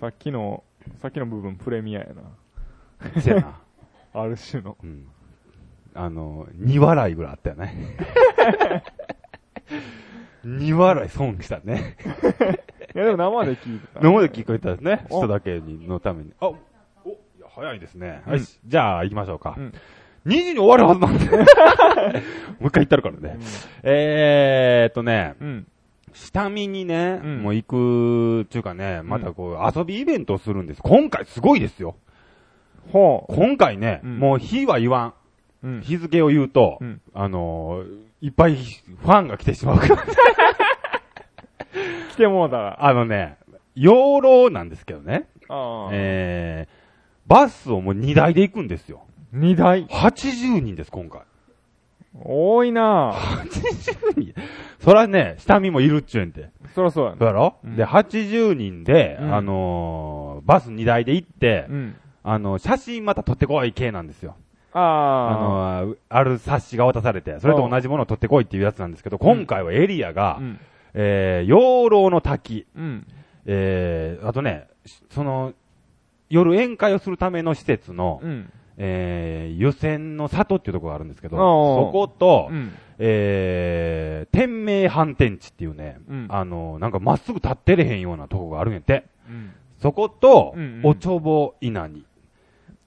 さっきの、さっきの部分プレミアやな。せや な。ある種 の。うん。あの、2笑いぐらいあったよ ね。2笑い損したね。いやでも生で聞いてた。 今まで聞こえたですね。お人だけにのために。あ、お、いや早いですね。うんはい、じゃあ行きましょうか。うん2時に終わるはずなん で。もう一回言ったるからね。えーっとね、うん。下見にね、うんもう行く、ちゅうかね、またこう、遊びイベントをするんです。今回すごいですよ。ほ今回ね、うんもう日は言わん。う。うん。日付を言うと、うんあのーいっぱいファンが来てしまうから。来てもうたら。 あのね、養老なんですけどね、ああ。えー、バスをもう2台で行くんですよ。二台。 80人です、今回。多いな80人そらね、下見もいるっちゅうんて。そらそうやそうな。やろ、うんで、80人で、うんあのーバス2台で行って、うん。あの、写真また撮ってこい系なんですよ。ああのーある冊子が渡されて、それと同じものを撮ってこいっていうやつなんですけど、今回はエリアあ。が、うん。えー、養老の滝、うん。えー、あとね、しその、夜宴会をするための施設の、うん。えー、湯煎の里っていうところがあるんですけど、おうおうそこと、うん。えー、天明反転地っていうね、うんあの、なんかまっすぐ立ってれへんようなとこがあるんやって。うん。そこと、うんうんおちょぼ稲荷。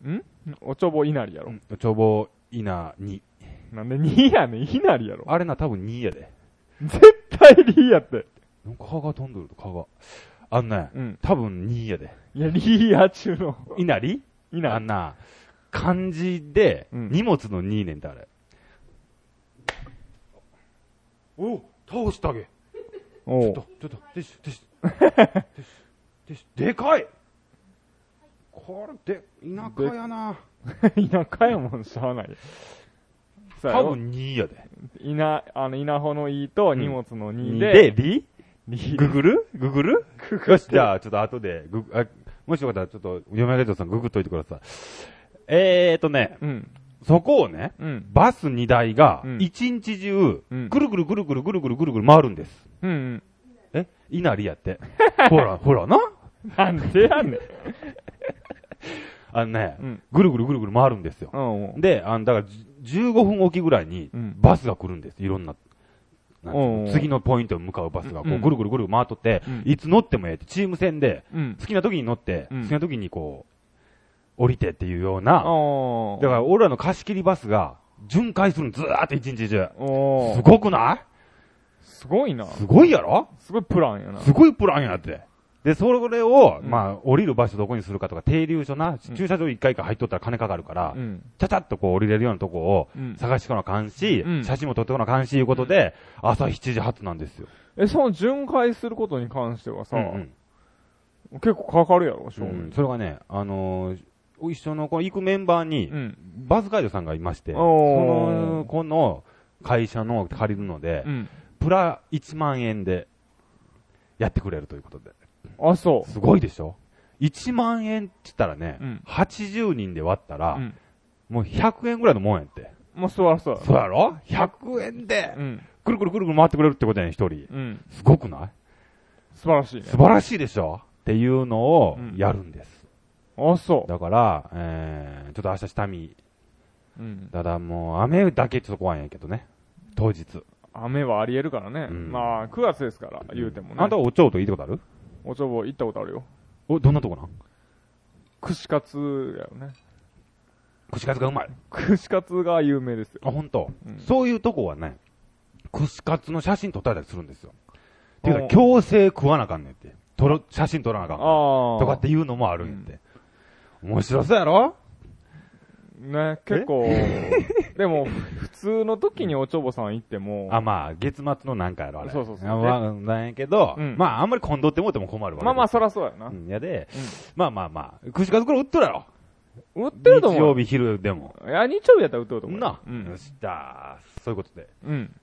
んおちょぼ稲荷やうろ。んおちょぼ稲荷。なんで2やねん。稲荷やろ。あれな、多分2やで。絶対リーやって。なんか蚊が飛んでると蚊が。あのね、うん。多分2やで。いや、リーや中の。稲荷稲あ荷ん。な、漢字で、うん荷物の2年ってあれ。お倒してあげ。ちょおっうと、ちょっと、ティッシュ、テ ィッシュ。ティッシュ、ティッシュでかいこれ、で、田舎やな。 田舎やもんしゃあない。さあ多、分2やで。稲、あの、稲穂のいと荷物の2 2で、リリググルググルよし、じゃあ、ちょっと後で、ググ、あ、もしよかったら、ちょっと、嫁がちょさん、ググっといてください。えーとね、うん。そこをね、うん。バス2台がう、ん一日中、うんぐるぐるぐるぐるぐるぐるぐるぐる回るんです。うんうん。え稲荷やって。ほら、ほらな。なんでやねん。あのねうん、ぐるぐるぐるぐる回るんですよう。んうん。で、あの、だから、じ15分おきぐらいにうん、バスが来るんです。いろんな。なんていうおのうおう次のポイントに向かうバスが、こうう、んぐるぐるぐる回っとってうん、いつ乗ってもええって、チーム戦で、うん。好きな時に乗って、うん好きな時にこう、降りてっていうような、おーだから俺らの貸し切りバスが巡回するの、ずーっと一日中。おすーごくないすごいな。すごいやろすごいプランやな。すごいプランやって。で、それを、うんまあ、降りる場所どこにするかとか、停留所な、駐車場一回一回入っとったら金かかるからう、ん。ちゃちゃっとこう降りれるようなとこをうん。探してこなあかんしう、ん写真も撮ってこなあかんし、いうことで、朝7時発なんですよ。え、その巡回することに関してはさ、うんうん結構かかるやろ、正うん面。それがね、あのー、一緒のこの行くメンバーにう、ん。バスガイドさんがいまして、そおーの子の会社の借りるのでう、ん。プラ1万円でやってくれるということで。あ、そすごいでしょ ?1 万円って言ったらね、うん80人で割ったう。ら、うん。もう100円ぐらいのもんやって。まあ、そらそうや。そうやろ ?100 円でう、ん。くるくるくるくる回ってくれるってことやね、一人。うん。すごくない素晴らしいね。素晴らしいでしょっていうのをうんやるんです。あ、そだから、えー、ちょっと明日下見。う。うん。ただもう、雨だけちょっと怖いんやけどね。当日。雨はあり得るからね。うんまあ、9月ですから、言うてもね。あんた、お蝶といいたことあるおちょぼ行ったことあるよ。お、どんなとこなん串カツやよね。串カツがうまい。串カツが有名ですよ。あ、ほんと、うんそういうとこはね、串カツの写真撮ったりするんですよ。ていうおか、う強制食わなあかんねんって。撮る、写真撮らなあかんかあらあ。とかっていうのもあるんやって。面白そうやろね、結構、 でも、普通の時におちょぼさん行っても、あ、まあ、月末のなんかやろ、あれ。そうそうそうあわかんないけど、うんまあ、あんまり混んどってもうても困るわ。まあまあ、そそらそうやなう。ん。やで、まあまあまあ、串カツくらい売っとるやろ。売ってると日思曜う。日昼でも。いや、日曜日やったら売ってると思う。な、うよん。し、じゃあ、そういうことで。うん。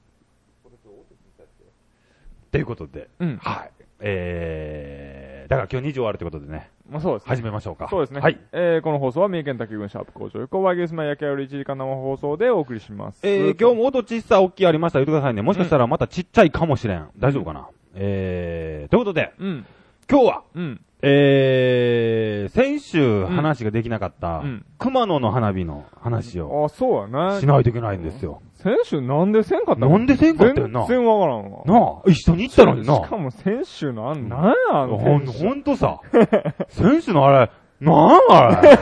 ということで、うん。はい。えー、だから今日2時終わるということでね、まあそうですね。始めましょうか。そうですね。はい。。えー、この放送は三重県滝郡シャープ工場横和牛島焼き上がり1時間生放送でお送りします。えー、今日も音小さ、大きいありましたら言ってくださいね。もしかしたらまたちっちゃいかもしれん。大丈夫かな、えー、ということで、うん。今日は、うん。え先週話ができなかったうん、熊野の花火の話をあ、そうやしね。ないといけないんですよ。先週なんでせんかったのなんでせんかったよな全然わからんわ。なあ、一緒に行ったのにな。しかも先週のあん、なんやあのほん、選手。ほんとさ。 選手のあれ、なんあ れ。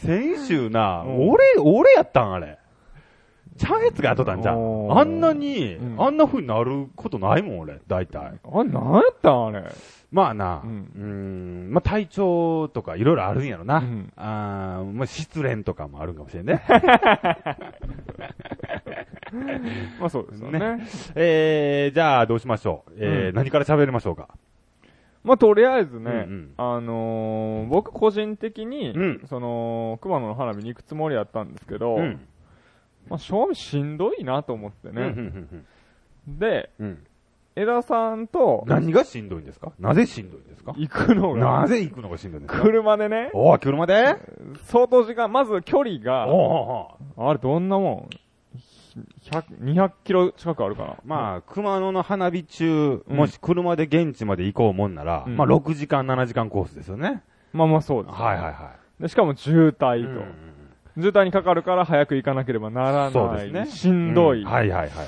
先週な、うん俺、俺やったんあれ。ちゃうやつがやっとったんじゃん。おーあんなに、うんあんな風になることないもん俺、大体。あ、なんやったんあれ。まあな、ううんん、ん、まあ体調とかいろいろあるんやろな。うんあーまあ失恋とかもあるんかもしれんね。 まあそうですよね。えー、じゃあどうしましょう。えーうん何から喋りましょうか。まあとりあえずね、うんうんあのー、僕個人的に、うんその、熊野の花火に行くつもりやったんですけど、うん。まあ正味しんどいなと思ってうん、うん、うね。んで、うん。うん枝さんと何がしんどいんですかなぜしんどいんですか行くのなが、ぜ行くのがしんどいんですか車でね、おー、車で相当時間、まず距離おーが、おーおーあれどんなもん、100 200キロ近くあるかな。まあ、熊野の花火中、うんもし車で現地まで行こうもんなら、うんまあ、6時間、7時間コースですよね。まあまあそうです。はいはいはでしかも渋い。滞うんと、渋滞にかかるから早く行かなければならない。そうですねしんどい。うはいはいはい。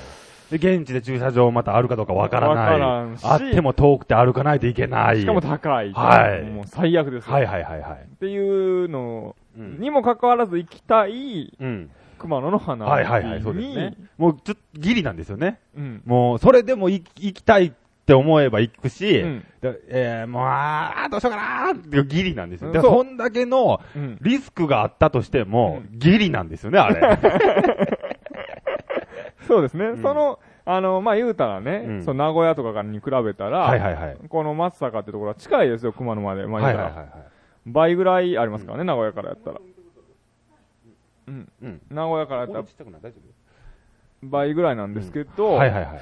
で、現地で駐車場またあるかどうかわからない。わからんしあっても遠くて歩かないといけない。しかも高い。はいもう最悪ですよ。はいはいはいはい。っていうのうん。にもかかわらず行きたいうん。熊野の花はいはいはい、そうですね。もう、ちょっとギリなんですよね。うん。もう、それでも行き行きたいって思えば行くし、うんだえー、もう、あー、どうしようかなーっていうギリなんですよ。うんだからそそんだけのうん。リスクがあったとしても、うギリなんですよね、あ れ。そうですね。んその、あの、まあ、言うたらうねん、その名古屋とかに比べたはいら、はいはい。この松阪ってところは近いですよ、熊野まで。まあ、は言いうはいたはいら。はい。倍ぐらいありますからね、名古屋からやったら。うん。うん。名古屋からやったらちっちゃくない大丈夫倍ぐらいなんですけど、はいはいはい。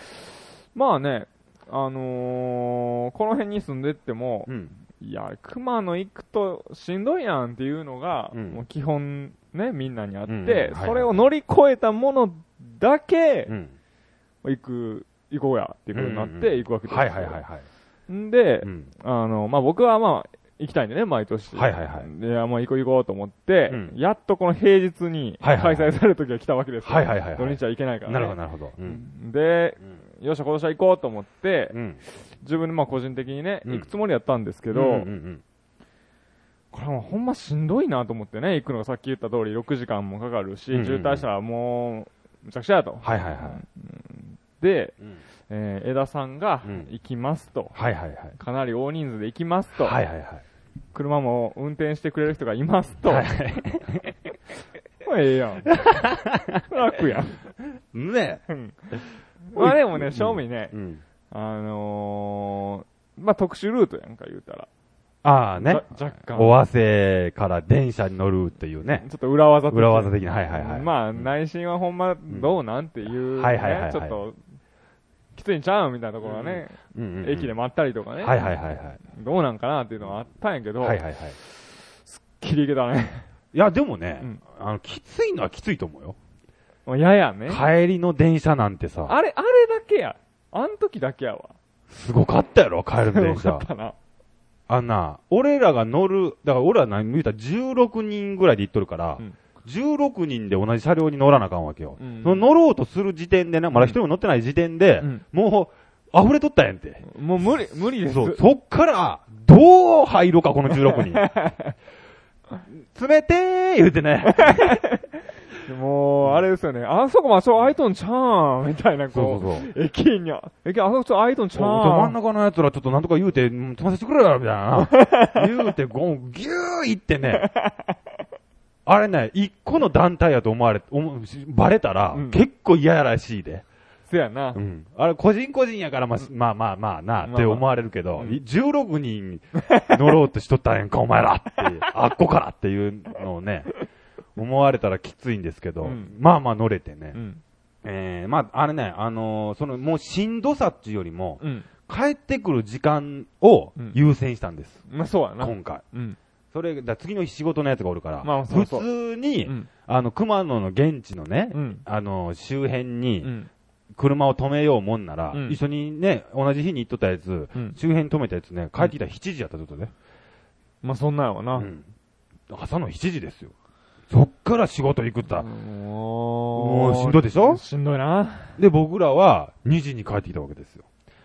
まあね、あのー、この辺に住んでっても、うん。いや、熊野行くとしんどいやんっていうのが、うんもう基本ね、みんなにあって、うんうんはいはいそれを乗り越えたものだけう、ん。行く、行こうやっていうことになっうんうて行くわけですよはいはいはいはい。んで、うん。あの、まあ、僕はまあ、行きたいんでね、毎年。はいはいはいで、いや、もう行こう行こうと思って、うんやっとこの平日にはい開はいは催いされる時が来たわけですよはいはいはいはい土日は行けないから、ね。なるほどなるほど。うん。で、うよっしゃ、今年は行こうと思って、ん。自分でまあ個人的にね、うん行くつもりやったんですけけど、うんうんこれはもうほんましんどいなと思ってね、行くのがさっき言った通り6時間もかかるし、うんうんうん渋滞したらもう、むちゃくちゃやと。はいはいはで、い。うんえー、江田さんがうん行きますと。はいはいはい。かなり大人数で行きますと。はいはいはい。車も運転してくれる人がいますと。 はいはいまあええや ん。楽やん。ねうんまあでもね、正味ねえ。、うん。あのー、まあ特殊ルートやんか言うたら。あーね。じゃ若干。尾鷲から電車に乗るというね。ちょっと裏技的な裏技的な、はいはいはい。まあ、内心はほんま、どうなんていう、ねはいはいはいはいちょっと、きついんちゃうみたいなところはね、うんうんうん駅で待ったりとかね、はいはいはいはい。どうなんかなっていうのはあったんやけど、はいはいはい。切りいけたね。いや、でもね、うんあの、きついのはきついと思うよ。もうややね。帰りの電車なんてさ、あれ、あれだけや。あん時だけやわ。すごかったやろ、帰るの電よか車っ。たな。あんな、俺らが乗る、だから俺ら何言うたら16人ぐらいで行っとるから、うん16人で同じ車両に乗らなあかんわけよ。うんその乗ろうとする時点でね、まだ一人も乗ってない時点で、うんもう、溢れとったやんって。もう無理、無理です。そう、そっから、どう入ろうか、この16人。 詰めてー言うてね。もう、あれですよね。あそこもあそこ空いとんちゃーんみたいな、こう。そうそうそう駅にゃ、駅あそこちょっと空いとんちゃ真ーんん中の奴らちょっとなんとか言うて、うん飛ばせてくれよ、みたいな。言うて、ゴン、ギューいってね。あれね、一個の団体やと思われ、思うしバレたら、うん結構嫌やらしいで。せやな。あれ、個人個人やから、まあ、まあまあまあな、まあって思われるけど、うんい16人乗ろうとしとったやんか、お前らって いう、あっこからっていうのをね、思われたらきついんですけど、うんまあまあ乗れてね。うん。えー、まあ、あれね、あのーその、もうしんどさっていうよりも、うん。帰ってくる時間をうん優先したんです、まあ、そうやな。今回。うん。それ、だ次の日仕事のやつがおるから、まあそうそう普通に、うんあの、熊野の現地のね、うんあの、周辺に、うん。車を止めようもんなら、うん一緒にね、同じ日に行っとったやつ、うん周辺に止めたやつね、帰ってきたら7時やったってことね。まあそんなんやわな。うん朝の7時ですよ。そっから仕事行くった。ももうしんどいでしょしんどいな。で、僕らは2時に帰ってきたわけですよ。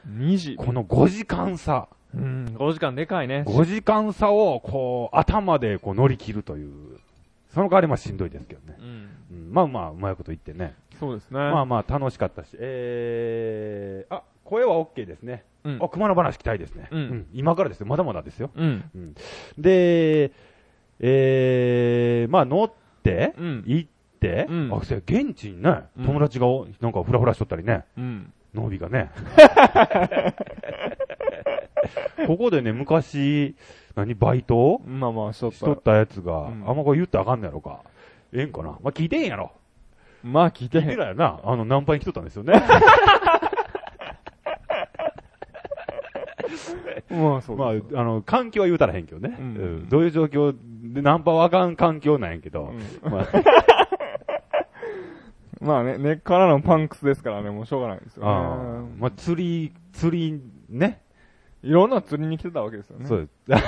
2時。この5時間差。うん、5時間でかいね。 5時間差を、こう、頭でこう乗り切るという。その代わりまあしんどいですけどね。うん。うんまあまあ、うまいこと言ってね。そうですね。まあまあ、楽しかったし。えー、あ、声は OK ですね。うんあ、熊の話聞きたいですね。うん今からですよ。まだまだですよ。うん。で、えー、まあ乗って、うん行って、うんあ、そうや現地にね、うん友達がお、なんかフラフラしとったりね、うん。ノービ がね。ここでね、昔、何、バイトまあまあ、ちょっしととっ。たやつが、うんあんまこれ言ったらあかんのやろか。ええんかなまあ、聞いてん やろ。まあ聞いて聞へいてん。ないよな。あの、ナンパに来とったんですよね。 まあそうまあです。、あの、環境は言うたらへんけどね。ううんんどういう状況で、ナンパはあかん環境なんやけど。う まあ、んまあね、根っからのパンクスですからね、もうしょうがないですよああね。まあ、釣り、釣り、ね。いろんな釣りに来てたわけですよね。そう です。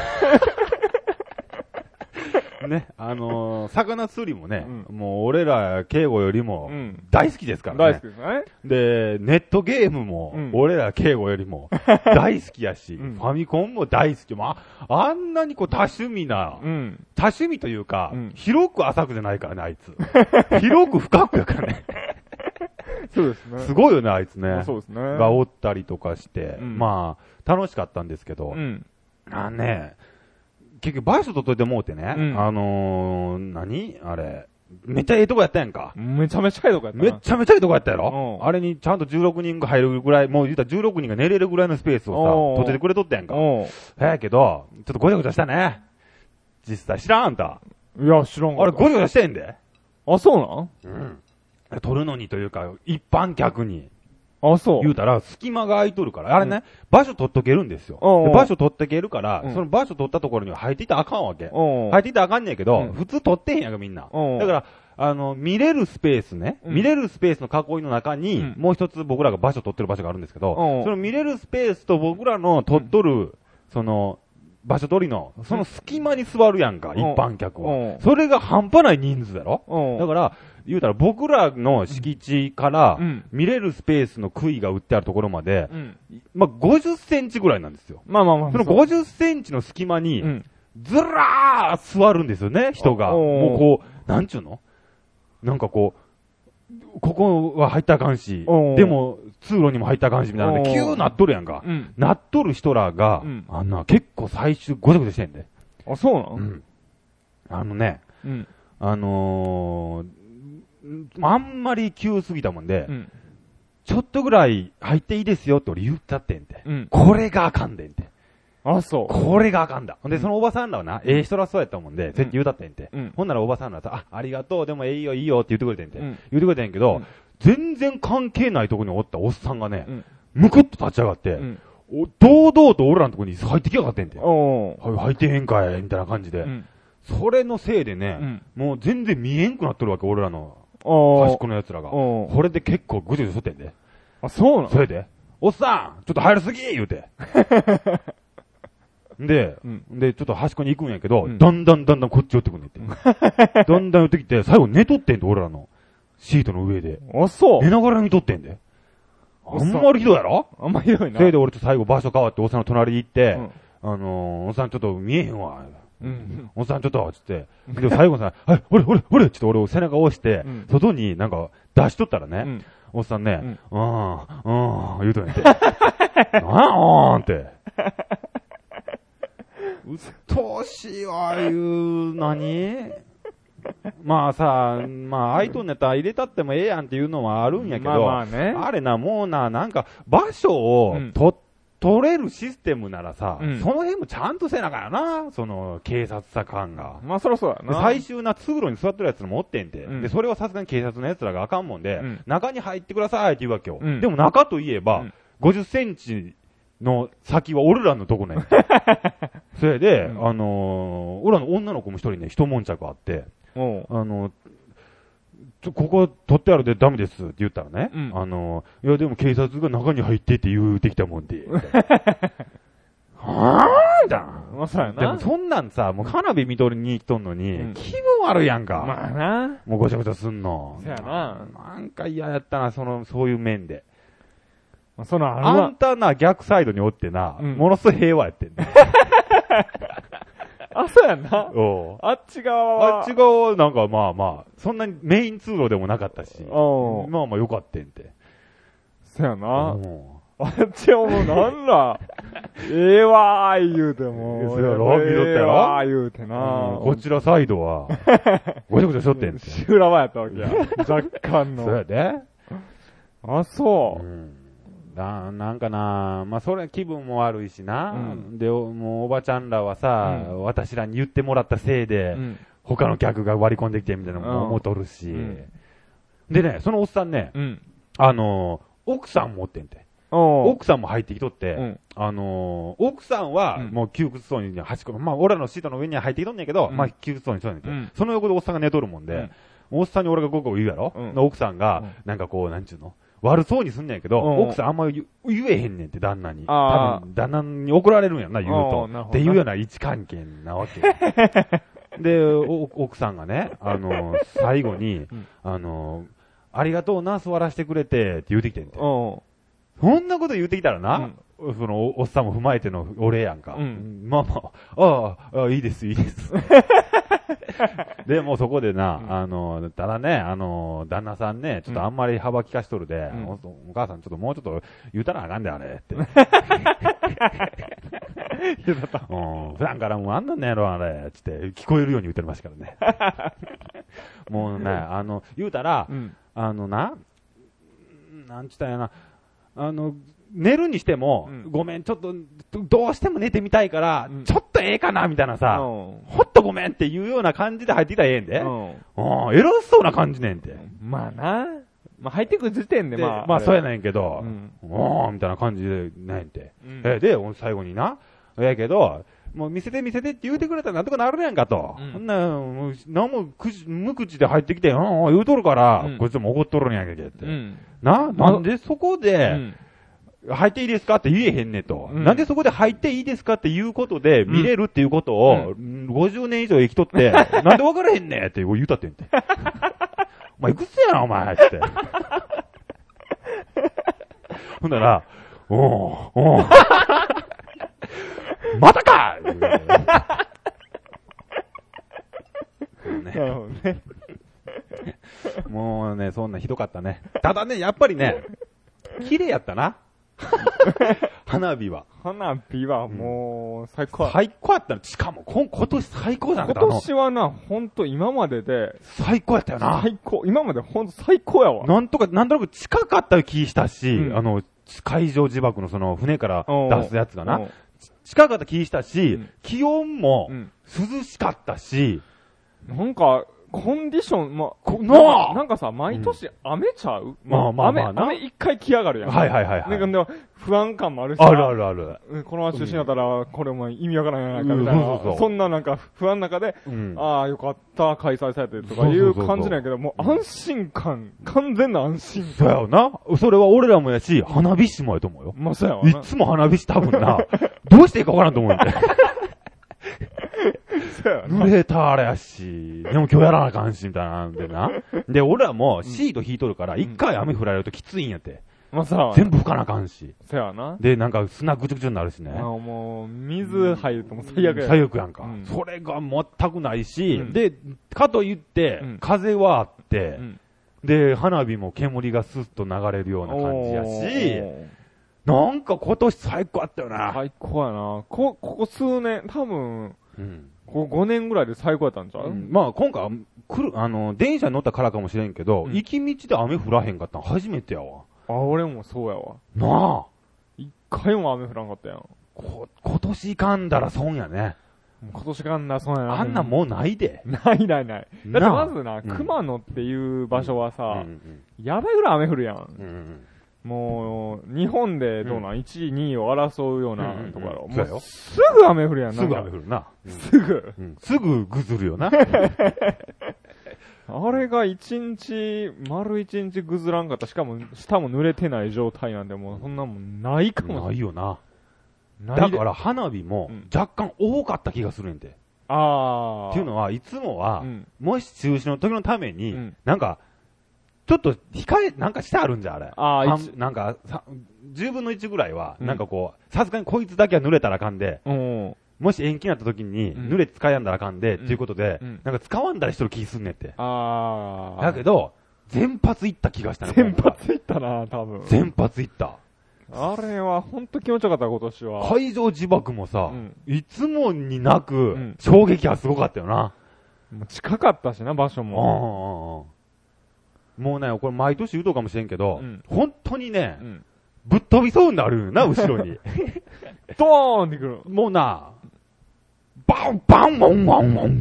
ね、あのー魚釣りもね、もう俺ら、敬語よりもう、ん。大好きですから大好き。ねですね。で、ネットゲームも、うん俺ら、敬語より も、大好きやし、うんファミコンも大好き。まあ、あんなにこう、多趣味な、うん。多趣味というか、うん広く浅くじゃないからね、あ いつ。広く深くやからね。そうですね。すごいよね、あいつね。そうですね。がおったりとかして、うんまあ、楽しかったんですけど、うん。あのね、結局場所取っといてもうてね、うんあのー、何あれ、めっちゃええとこやったやんか。めちゃめちゃ近いとこやったな。めっちゃめちゃええとこやったやろ、うんあれにちゃんと16人が入るぐらい、もう言うたら16人が寝れるぐらいのスペースをおさ、う取っててくれとったやんか。お早やけど、ちょっとごちゃごちゃしたね。実際知らんあんた。ういや、知らんかあっれたごちゃごちゃしてんで。あ、そううん。取るのにというか、一般客に。なんあ、そう。言うたら、隙間が空いとるから、あれね、場所取っとけるんですよ。おうおうで場所取ってけるから、うんその場所取ったところには入っていったらあかんわけ。おう入っていったらあかんねんけど、うん普通取ってへんやんか、みんな。うんだから、あの、見れるスペースね、うん見れるスペースの囲いの中に、うんもう一つ僕らが場所取ってる場所があるんですけど、うんその見れるスペースと僕らの取っとる、その、場所取りの、その隙間に座るやんか、うん一般客はう。んそれが半端ない人数だろうん。だから、言うたら僕らの敷地からうん、見れるスペースの杭が打ってあるところまで、うん。まあ、50センチぐらいなんですよ。まあまあまあ。そのう50センチの隙間にう、ん。ずらー座るんですよね、人が。おおもうこう、なんちゅうのなんかこう、ここは入ったらあかんし、おおでも通路にも入ったらあかんし、みたいなんで、おおキューなっとるやんか。うん。なっとる人らがうん、あんな、結構最終ごちゃごちゃしてんで。あ、そうなうんん。あのね、うん。あのー、んあんまり急すぎたもんで、うん。ちょっとぐらい入っていいですよって俺言ったってんて。うん。これがあかんでんて。あ、そこれがあかんだ。ほんで、そのおばさんらはな、ええ人らそうやったもんで、絶対言うたってんて。うんほんならおばさんらさ、あ、ありがとう、でもええよ、いいよって言ってくれてんて。うん言ってくれてんけど、うん全然関係ないとこにおったおっさんがねう。う、ん。むくっと立ち上がって、うん。お堂々と俺らのとこに入ってきやがってんて。はおう。い、入ってへんかい、みたいな感じで。うん。それのせいでうね、ん。もう全然見えんくなっとるわけ、俺らのお端っう。この奴らが。こおう。れで結構ぐちゃぐちゃしとってんで。あ、そうなそのれで、おっさんちょっと入りすぎ言うて。 で、うんで、ちょっと端っこに行くんやけど、うんだんだんだんだんこっち寄ってくんねっ て。だんだん寄ってきて、最後寝とってんて、俺らの。シートの上で。あ、そう寝。ながら寝とってんで。おあっさんんまりひどいやろあんまひどいな。せいで俺ちょっと最後場所変わって、おっさんの隣に行って、うんあのー、おっさんちょっと見えへんわ。うん。おっさんちょっと、つって。で、最後さ、はい、ほれほれほれちょっと俺を背中押して、うん外になんか出しとったらね、うん。おっさんね、うん、うん、言うとんやて。 あーんって。 うっとうしいわ、ああいう、何まあさ、まあ、アイトンネタ入れたってもええやんっていうのはあるんやけど、まあまあね。あれな、もうな、なんか、場所をうんと、取れるシステムならさ、うんその辺もちゃんとせなあからな、その、警察さ感が。まあそらそうだでな。最終な通路に座ってるやつらもおってんて、うんでそれはさすがに警察のやつらがあかんもんで、うん中に入ってくださいって言うわけよ、うんでも中といえば、うん50センチの先は俺らのと こねそれで、うんあのー俺らの女の子も一人ね一悶着あって、おう。あのーちょここ取ってあるでダメですって言ったらね、うんあの、いやでも警察が中に入ってって言うてきた もんで、みたいなはぁみたいな。まあ、そうやな。でもそんなんさ、もう花火見とりに来とんのに、うん気分悪いやんか。まあな。もうごちゃごちゃすんの。そやな。なんか嫌やったな、その、そういう面で。まあ、そのあるあわん。たな、逆サイドにおってな、うんものすごい平和やってんね。あ、そうやな。 おうあっち側は。あっち側はなんかまあまあ、そんなにメイン通路でもなかったし、おうまあまあよかったんて。そうやな。おあっちはもうなんだ。ええわー言うても。そうやろ見とったやろええわー言うてうな。うんこちらサイ ドは、ごちゃごちゃしとってんて。修羅場やったわけや。若干そうのや。で。あ、そうう。んななんかな、まあ、それ気分も悪いしな、うんで、おもうおばちゃんらはさ、う私らに言ってもらったせいで、うん。他の客が割り込んできてみたいなのうんも思うとるし、うんでね、そのおっさんね、うん。あのー奥さん持ってんて、おう奥さんも入ってきとって、うんあのー奥さんはうんもう窮屈そうに端っこ、まあ、俺らのシートの上には入ってきとんねんけど、うんまあ、窮屈そうにしとんねんて、うんその横でおっさんが寝とるもんで、うんおっさんに俺がゴクゴク言うやろ、うんの奥さんが、なんかこう、なんちゅうの悪そうにすんねんけど、うん奥さんあんま言う言えへんねんって、旦那に。あー多分、旦那に怒られるんやんな、言うおーなると。ほっどなていうような位置関係なわけよ。 で、お奥さんがね、あのー最後にうん、あのーありがとうな、座らせてくれて、って言うてきてんて。おそんなこと言ってきたらな、そのおおっさんも踏まえてのお礼やんか。うんまあまあ、ああああ、いいです、いい です。で、もうそこでな、うんあの、ただね、あの、旦那さんね、ちょっとあんまり幅利かしとるで、んおお母さんちょっともうちょっと言うたらあかんで、あれって。言うたうん、普段からもうあんなんねやろ、あれ、つって聞こえるように言ってますからね。 もうね、あの、言うたら、ううん。あのな、なんちゅったんやな、あの、寝るにしても、うんごめん、ちょっと、どどうしても寝てみたいから、うんちょっとええかな、みたいなさ、おほっとごめんっていうような感じで入ってきたらええんうで。おうん、偉そうな感じねんて。うまあな。まあ入ってくる時点で、でままあ。あ、そうやね。ねんけど、うんおーみたいな感じで、ねんて。うんえ、で、俺最後にな、やけど、もう見せて見せてって言うてくれたらなんとかなるやんかと。うんそんな、もう、なんも口、無口で入ってきて、うん、うん言うとるから、うんこいつも怒っとるんやけどって。うん。な、なんでそこうで、ん。入っていいですかって言えへんねと。うんなんでそこで入っていいですかっていうことで、うん見れるっていうことを、50年以上生きと って、なんで分からへんねんって言うたってんて。お前いくつやな、お 前って。ほんなら、おうおう またか言う てねなるほどね。もうね、そんなひどかったね。ただね、やっぱりね、綺麗やったな。花火は。花火はもう、最高。最高やったの。しかも、こん今年最高だ今ったの。年はな、ほんと今までで、最高やったよな。最高。今までほんと最高やわ。なんとか、なんとなく近かった気したし、うんあの、海上自爆のその船から出すやつがうな、ん近かった気したし、うん気温もうん涼しかったし、なんか、コンディション、ま、こなんかなあなんかさ、毎年雨ちゃうまあまあまあ雨、な雨一回来やがるやん。はいはいはいはいなんかでも不安感もあるしさ。あるあるある。うんこのまま中止になったら、これも意味わからんやないかみたいうんそうそうそな。うそんななんか不安の中で、うんああ、よかった、開催されてとかいそうそううそうそう感じなんやけど、もう安心感、完全な安心そう感。やよな。それは俺らもやし、花火師もやと思うよ。まあ、そうやわいな。つも花火師多分な、どうしていいかわからんと思うんだよ。 そうやわな。濡れたあれやし、でも今日やらなあかんし、みたいなんでな。で、俺らもシート引いとるから、一回雨降られるときついんやって。まあ、そうやわな。全部拭かなあかんし。そうやわな。で、なんか砂ぐちょぐちょになるしねあ。あもう、水入るともう最悪や。左右やんかうん。それが全くないしうん、で、かといってうん、風はあっうて、んで、花火も煙がスッと流れるような感じやし、おーなんか今年最高あったよな。最高やな。こ、ここ数年、多分、うんここ5年ぐらいで最高やったんちゃう、うんまあ今回は、来る、あの、電車に乗ったからかもしれんけどう、ん行き道で雨降らへんかったん初めてやわ。あ、俺もそうやわ。なあ。一回も雨降らんかったやん。もこ、今年行かんだら損やね。う今年からんな、そうやな。あんなもうないで。う。ないないない。だってなあまずな、うん熊野っていう場所はうさ、んやばいぐらい雨降るやん。うんうんもう、日本でどうなん、?1 位、2位を争うようなとこやろ。うんうんうんそうやもうよすぐ雨降るやん、すぐ雨降るな。る。すぐ。 うんすぐぐずるよな。ああれが一日、丸一日ぐずらんかった。しかも、下も濡れてない状態なんで、もうそんなもんないかもなしいよな。れない。だでから花火もうん若干多かった気がするんで。ああ。っていうのは、いつもはう、ん。もし中止の時のためうにん、なんか、ちょっと控え、なんかしてあるんじゃ、あれ。ああ、一半なんか、さ10分の1ぐらいは、うんなんかこう、さすがにこいつだけは濡れたらあかんで、うん。もし延期になった時に、うん濡れて使えやんだらあかんで、うとんいうことでうん、なんか使わんだりしてる気すんねんって。ああ。だけど、全発いった気がしたね全発いったな、多分。全発いった。あれは本当気持ちよかった、今年は。会場自爆もさ、うんいつもになくん、衝撃はすごかったよな。もう近かったしな、場所うんも。もうね、これ毎年言うとうかもしれんけどうん、本当にねう、ん。ぶっ飛びそうになるな、後ろに。ドーンってくる。もうな、バンバンワンワン ワン。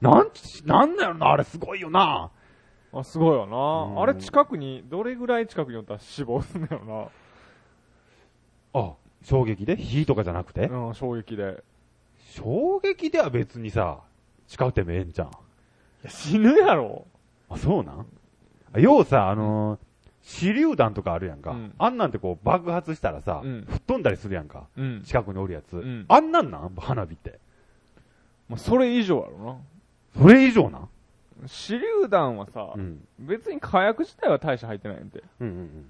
なんち、なんだよな、あれすごいよな。あ、すごいようんな。あれ近くに、どれぐらい近くにおったら死亡すんだよあ、衝撃で火とかじゃなくてな。うん、衝撃で。衝撃では別にさ、近くてもええんじゃん。いや、死ぬやろ。あ、そうなんあ要さ、あのー、手榴弾とかあるやんか。うんあんなんてこう爆発したらさ、うん吹っ飛んだりするやんか。うん。近くにおるやつ。んあんなんなん花火って。まあ、それ以上やろそれ以上なんな。手榴弾はさ、うん。別に火薬自体は大して入ってないんで。うんうんうん。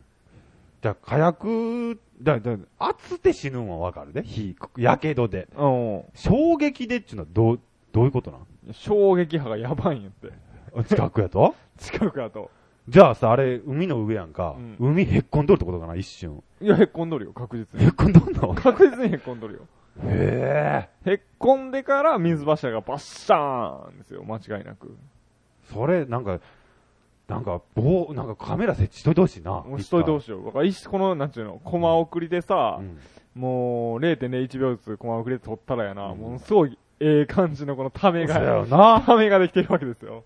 じゃあ、火薬、だ、だ、熱で死ぬんはわかるで、火、やけどで。うん。衝撃でっていうのはどう、どういうことなん衝撃波がやばいんやって。あ近くや と近くやと。じゃあさ、あれ、海の上やんか。うん海へっこんどるってことかな、一瞬。 いや、へっこんどるよ、確実へにっ。こんどんの確 実にへっこんどるよ。へえ。へっこんでから水柱がバッシャーンですよ、間違いなく。それ、なんか、なんか、棒、なんかカメラ設置しといてほしいな。もうしといてほしい。しいよ。だから一この、なんちゅうの、コマ送りでさう、んもう0.01秒ずつコマ送りで撮ったらやな、うんものすごいええ感じのこのためそが、やよな。ためができてるわけですよ。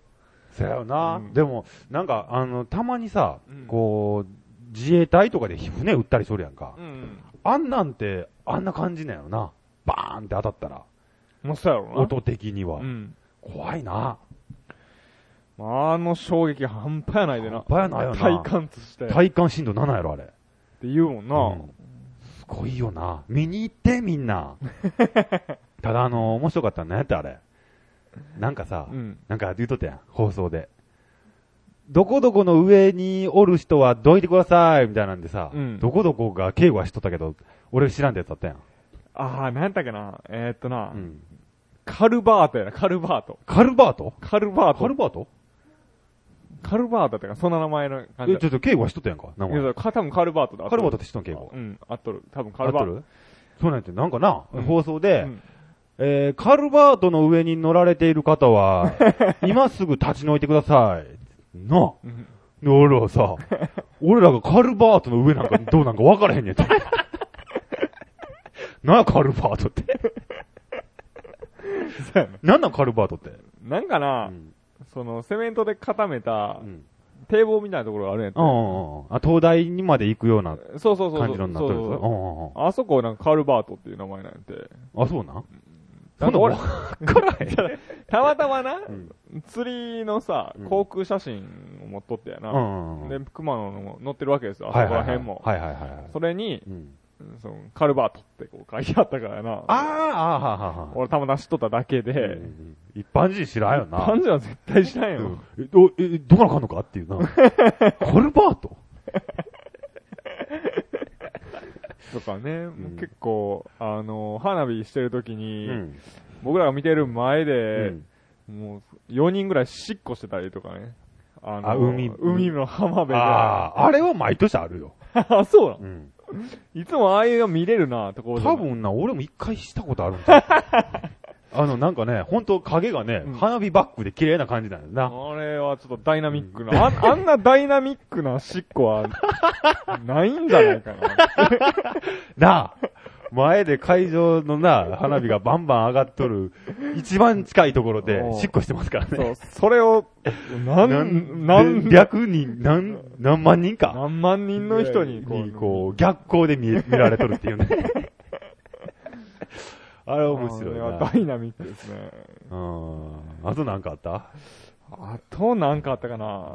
そやよなう。んでも、なんか、あの、たまにさうん、こう、自衛隊とかで船撃ったりしとるやんかう。ん。あんなんて、あんな感じなんやろな。バーンって当たったら。もうそうやろな。音的にはう。ん。怖いな。まあ、あの衝撃半端やないでな。半端やないよな体感として。って体感震度7やろ、あれ。言うもんな。うんすごいよな。見に行って、みん な。ただ、あの、面白かったねって、あれ。なんかさ、うん。なんか言うとったやん、放送で。どこどこの上におる人はどいてください、みたいなんでさ、うんどこどこが警護はしとったけど、俺知らんってやつだったやん。ああ、なんやったっけな。えー、っとな、うんカルバートやな、カルバート。カルバートカルバーカルト。バートカルバートってか、そんな名前の感じえ、だちょっと警護はしとったやんか、名いや、前。だから多分カルバートだ。カルバートって知っとん、警護。うん、あっとる。多分カ合ルっバとート。るそうなんやて、なんかな、うん放送で、うんえー、カルバートの上に乗られている方 は、今すぐ立ち退いてください。なうんで、俺 はさ、俺らがカルバートの上なんかどうなんか分からへんねんて。 なんやカルバートって。そうやななんなんカルバートって。なんかうな、ん。その、セメントで固めたう、ん。堤防みたいなところがあるんやんうんうんうんあ、東大にまで行くようなそうそうそうそう。感じのになっとるそうそぞううそうんうんうあそこなんかカルバートっていう名前なんやて。ん。あ、そうなんなそんんかなん俺分、からへん。たまたまな、ん釣りのさうん、航空写真を持っとってやうな。んうんうん。で、熊野の乗ってるわけですよ、あそはいこはらいはい辺も。はいはいはいはい。それに、うんそのカルバートってこう書いてあったからやな。あーあー、はーはーはー。俺たまたま知っとっただけでうんう、んうん一般人知らんよなパ。ンジは絶対しないよ。え、ど、え、どこから買うのかって いうな。カルバートとかね、もうん結構、あの、花火してる時に、うん。僕らが見てる前うでん、もう、4人ぐらいしっこしてたりとかね。あの、あ海海の浜辺で。あああ、あれは毎年あるよ。あ、 そうなのうん。いつもああいうの見れるな、ところで。多分な、俺も一回したことあるん だあの、なんかね、ほんと影がね、うん花火バックで綺麗な感じなんだよあれはちょっとダイナミックな、ああん なダイナミックなしっこは、ないんじゃないか な。な。なあ。前で会場のな、花火がバンバン上がっとる、一番近いところでおう、しっこしてますからそね。う、それを、な、なんなん、略人、何、何万人か。何万人の人に、こう、にこう、逆光で見 え見られとるっていうね。あれ面白いあれはな。ダイナミックですね。うん。あとなんかあったあとなんかあったかな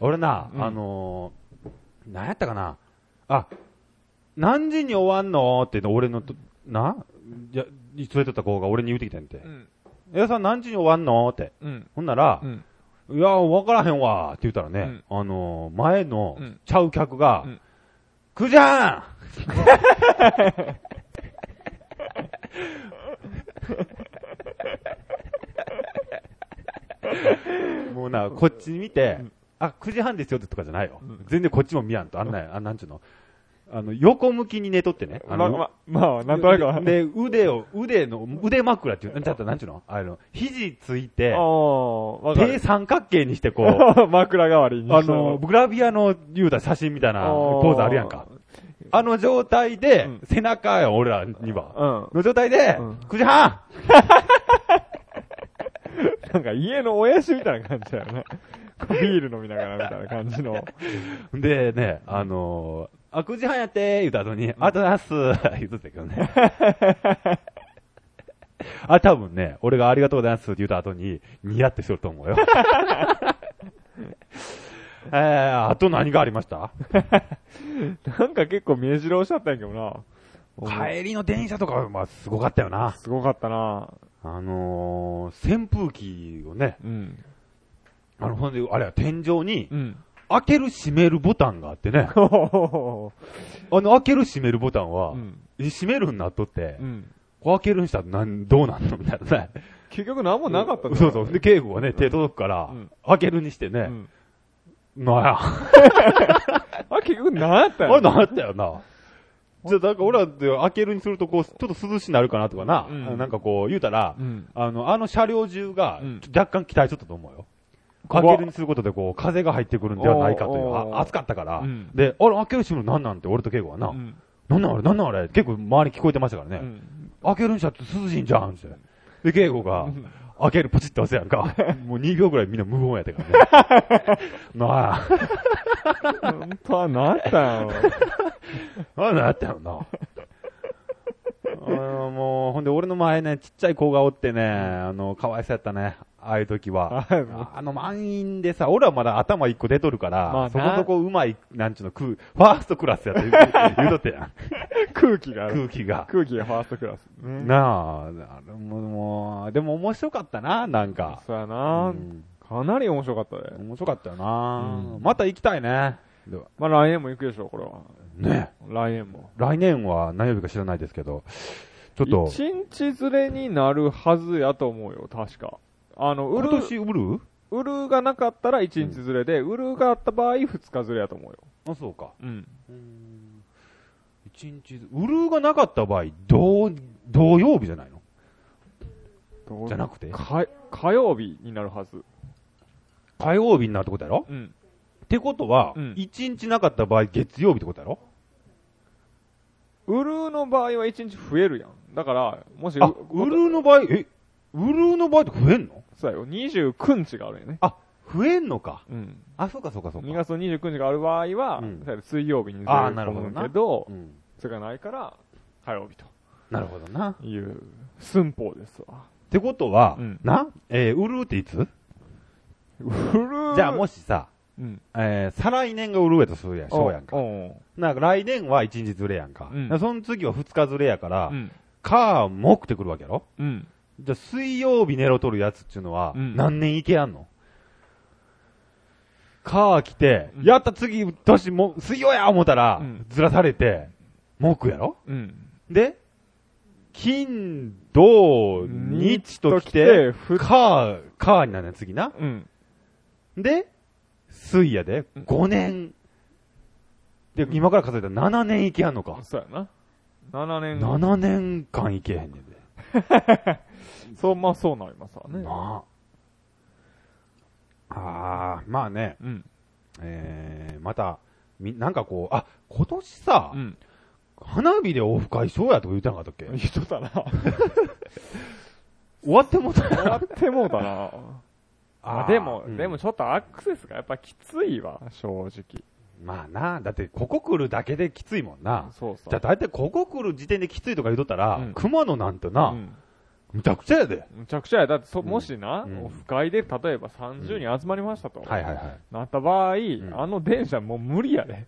俺な、うんあのー、何やったかな。あ、何時に終わんのっての俺のと、な、いや、連れてった子が俺に言うてきたんやてう。ん。江田さん何時に終わんのって。うん。ほんならう、ん。いや、わからへんわって言ったらね、あのー、前のうんちゃう客がうん、くじゃーんもうな、こっち見て、あ、9時半ですよってとかじゃないよ。全然こっちも見やんと。あんな、あなんちゅうの。あの、横向きに寝とってね。あまあの、まあ、まあ、なんとなくは。で、腕を、腕の、腕枕っていう、だったらなんちゅうのあの、肘ついてあ、あ、わか手る。三角形にしてこ う、枕代わりにあしたの、グラビアの言うたら写真みたいなポーズあるやんか。あの状態で、うん背中や俺らには。うん。の状態で、うん9時半なんか家の親父みたいな感じだよね。 こうビール飲みながらみたいな感じの。でね、あのー、あ、9時半やってー言った後に、あとだっす ー言っとったけどね。あ、多分ね、俺がありがとうございますって言った後に、ニヤってしとると 思うよ。えー、あと何がありましたなんか結構目白押しちゃったんやけどな。帰りの電車とか、まあ、すごかったよな。すごかったなあのー、扇風機をね、うん。あの、ほんで、あれは天井に、うん。。開ける閉めるボタンがあってね おあの、開ける閉めるボタンはう、ん。閉めるんなっとってう、ん。こう開けるんしたらなん、どうなんのみたい なね。結局何もなかったんだそうそう。で、警護はね、手届くからうん、開けるにしてうね、んな や、あ、結局何やったんあやれなったよな。じゃあ、なんか俺らって開けるにすると、こう、ちょっと涼しになるかなとかな、うんなんかこう、言うたらう、ん。あの、あの車両中がうん、ちょっと若干期待しとったと思うよ。こ開こけるにすることで、こう、風が入ってくるんではないかといおう、ーおーあ暑かったからうん。で、あれ、開ける閉めるなんなんて、俺と警護はなう、ん。なんなんあれ、なんなんあれ、結構周り聞こえてましたかうらね。ん。開けるんしたって涼しいんじゃんって。で、稽古が、開けるポチッと押すや んか。もう2秒ぐらいみんな無音やったからね。なあ、本当は何やったんや ろ。あんなんやったよな。あのもう、ほんで俺の前ね、ちっちゃい子がおってね、あの、かわいそうやったね。ああいう時は。あもうあの、満員でさ、俺はまだ頭一個出とるから、まあなそこそこうまい、なんちゅうの、空、ファーストクラスやって言う言うとって やん。空気がある。空気が。空気がファーストクラス。ねなあ、あのもうもう、でも面白かったな、なんか。そうやなうんかなり面白かったで。面白かったよな、うんまた行きたいね。まあ来年も行くでしょ、これは。ね。来年も。来年は何曜日か知らないですけど、ちょっと、一日ずれになるはずやと思うよ、確か。あの、売今る、年売る売るがなかったら一日ずれで、売るがあった場合二日ずれやと思うよ。あ、そうか。うん。一日、売るがなかった場合、同、同曜日じゃないのじゃなくてか、火曜日になるはず。火曜日になるってことやろうん。ってことはうん、一、日なかった場合、月曜日ってことやろ売るの場合は一日増えるやん。だから、もし、あ、売るの場合、え、売るの場合って増えんのそうやよ、29日があるよね。増えんのか。うん。あ、そうかそうかそう2か。月の29日がある場合は、うんそうや水曜日にずれあーるなとるほ思どうなけどう、ん。それがないから、火曜日となるほどな。っいう寸法ですわ。てことは、うんな、えー売るっていつ売るじゃあもしさ、うん。えー再来年が売るやとするやん、そうやんか。おうなんか来年は1日ずれやんか。うんだからその次は2日ずれやから、うん。か、木ってくるわけやろうん。じゃあ水曜日寝ろとるやつっていうのは、うん何年いけやんのか来て、うんやった次、年も、水曜や思ったら、うんずらされて、木やろうん。で、金、土、日と来て、、ふ、か、かになるねん次な。うん。で、水やで、うん5年。で、今から数えたら7年いけやんのか。そうやな。7年後。 7年間いけへんねんで。そう、まあそうなりますわね。なあ。ああ、まあね、うん。えー、また、み、なんかこう、あ、今年さ、うん。花火でオフ会しようやとか言うてなかったっけ言うとったな。終わってもうた。終わってもうたな。 あ、でも、うんでもちょっとアクセスがやっぱきついわ、正直。まあな、だってここ来るだけできついもんな。そうそう。だだいたいここ来る時点できついとか言うとったら、うん熊野なんてうな、んむちゃくちゃやで。むちゃくちゃや。だってそ、もしな、うんオフ会で、例えば30人集まりましたと。はいはいはい。なった場合、んあの電車もう無理やで。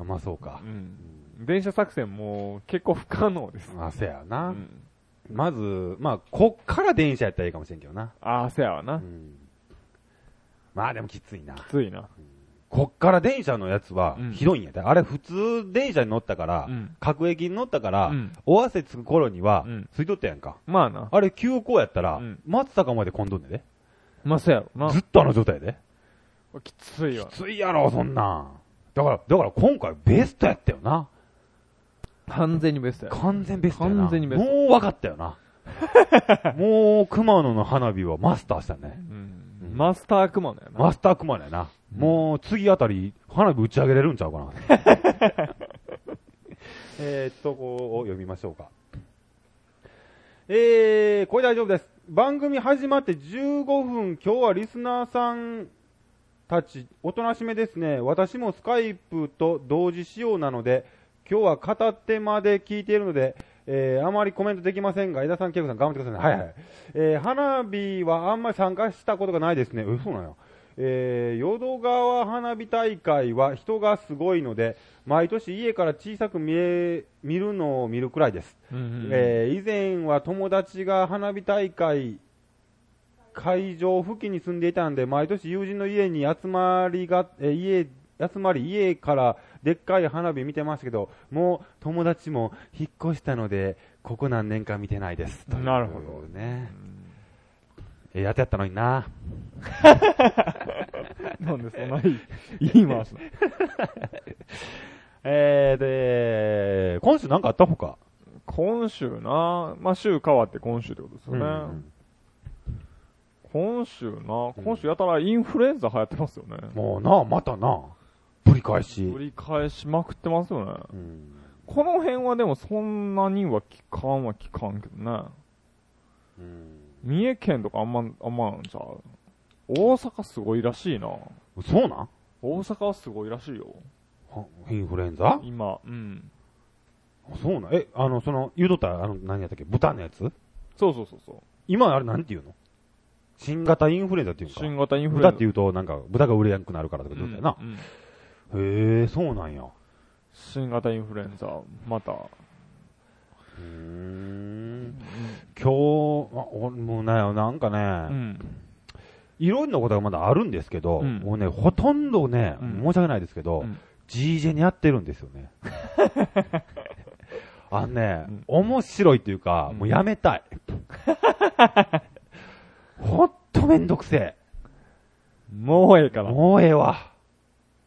あまあそうかう。ん。電車作戦もう結構不可能です。まあせやうな。ん。まず、まあこっから電車やったらいいかもしれんけどな。ああ、せやわな。うんまあでもきついな。きついな。こっから電車のやつはうんひどいんやで。あれ普通電車に乗ったから、うん。各駅に乗ったかうら、ん。尾鷲着く頃にはうん、ついとったやんか。まあな。あれ急行やったらうん、松坂まで混んどんねんで。まあ、せやろなず。っとあの状態やで。きついわ。ついやろ、そんなん。だから、だから今回ベストやったよな。完全にベストや。完全ベストやな。完全にベストもう分かったよな。 もう、熊野の花火はマスターしたね。うんうん。マスタークマだよな。マスター熊野やな。もう、次あたり、花火打ち上げれるんちゃうかな。えーっと、こう、読みましょうか。えー、これ大丈夫です。番組始まって15分、今日はリスナーさんたち、おとなしめですね。私もスカイプと同時仕様なので、今日は片手まで聞いているので、えーあまりコメントできませんが、江田さん、ケイコさん、頑張ってくださいね。はいはい。えー花火はあんまり参加したことがないですね。うそうなんよ。えー淀川花火大会は人がすごいので、毎年家から小さく見え、見るのを見るくらいです。うんうんうん。えー以前は友達が花火大会会場付近に住んでいたんで、毎年友人の家に集まりが、えー家、集まり家からでっかい花火見てましたけど、もう友達も引っ越したので、ここ何年か見てないです。なるほどというね。えーやってやったのにな。なんでそんな に言い回すのえー、で、今週なんかあったほか今週な、まあ、週変わって今週ってことですよね。うん今週な、今週やたらインフルエンザ流行ってますよね。もうな、またな、ぶり返し。繰り返しまくってますよね。うんこの辺はでもそんなには聞かんは聞かんけどね。うん三重県とかあんま、あんまなんちゃう大阪すごいらしいな。そうなん大阪はすごいらしいよ。はインフルエンザ今、うん。そうなんえ、あの、その、言うとった、あの、何やったっけ豚のやつそうそうそうそう。今、あれなんて言うの新型インフルエンザっていうん新か。型インフルエ豚ンっザて。言うと、なんか、豚が売れやんくなるからとか言うとったようんうんな。へえ、そうなんや。新型インフルエンザ、また。うーん。今日、あ、おもうね、なんかうね、ん。いろんなことがまだあるんですけど、うんもうね、ほとんどね、うん申し訳ないですけどうん、 G ジェにやってるんですよ ね。あのねうん、面白いというか、うんもうやめたい。ほんとめんどくせえ。もうええから。ももうええわ。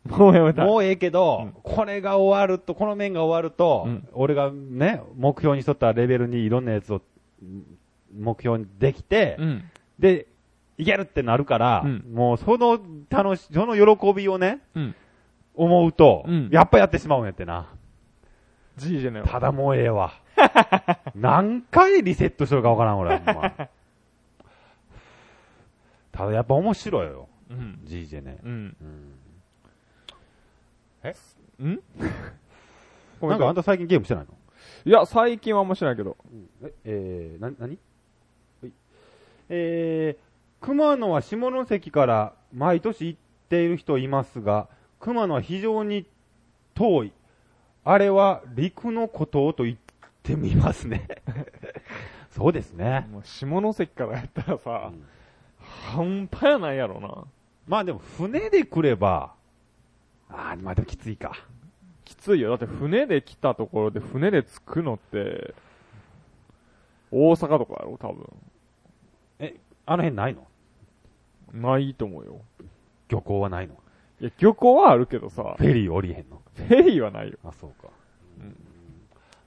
うやめたい。もうええけど、うこれが終わると、この面が終わると、うん俺がね、目標にしとったレベルにいろんなやつを、うん目標にできて、うん。で、いけるってなるから、うんもうその楽し、その喜びをね、うん。思うと、うんやっぱやってしまうんやってな。 G じゃないわただもうええ わ。何回リセットしとるかわからん、俺。ほ んまただやっぱ面白いよ、うん。 GJ ね。うん。うん んなんかあんた最近ゲームしてないのいや、最近は面白いけど。え、えー、な、なにはいえー、熊野は下関から毎年行っている人いますが、熊野は非常に遠い。あれは陸の孤島と言ってみますね。 そうですね。もう下関からやったらさ、うん半端やないやろな。まあでも船で来れば、あー、まあでもきついか。きついよ。だって船で来たところで船で着くのって、大阪とかやろ、多あの辺ないの分。ないと思うよ。漁港はないのいや、漁港はあるけどさフ、ェリー降りへんのフェリーはないよ。あ、そうか。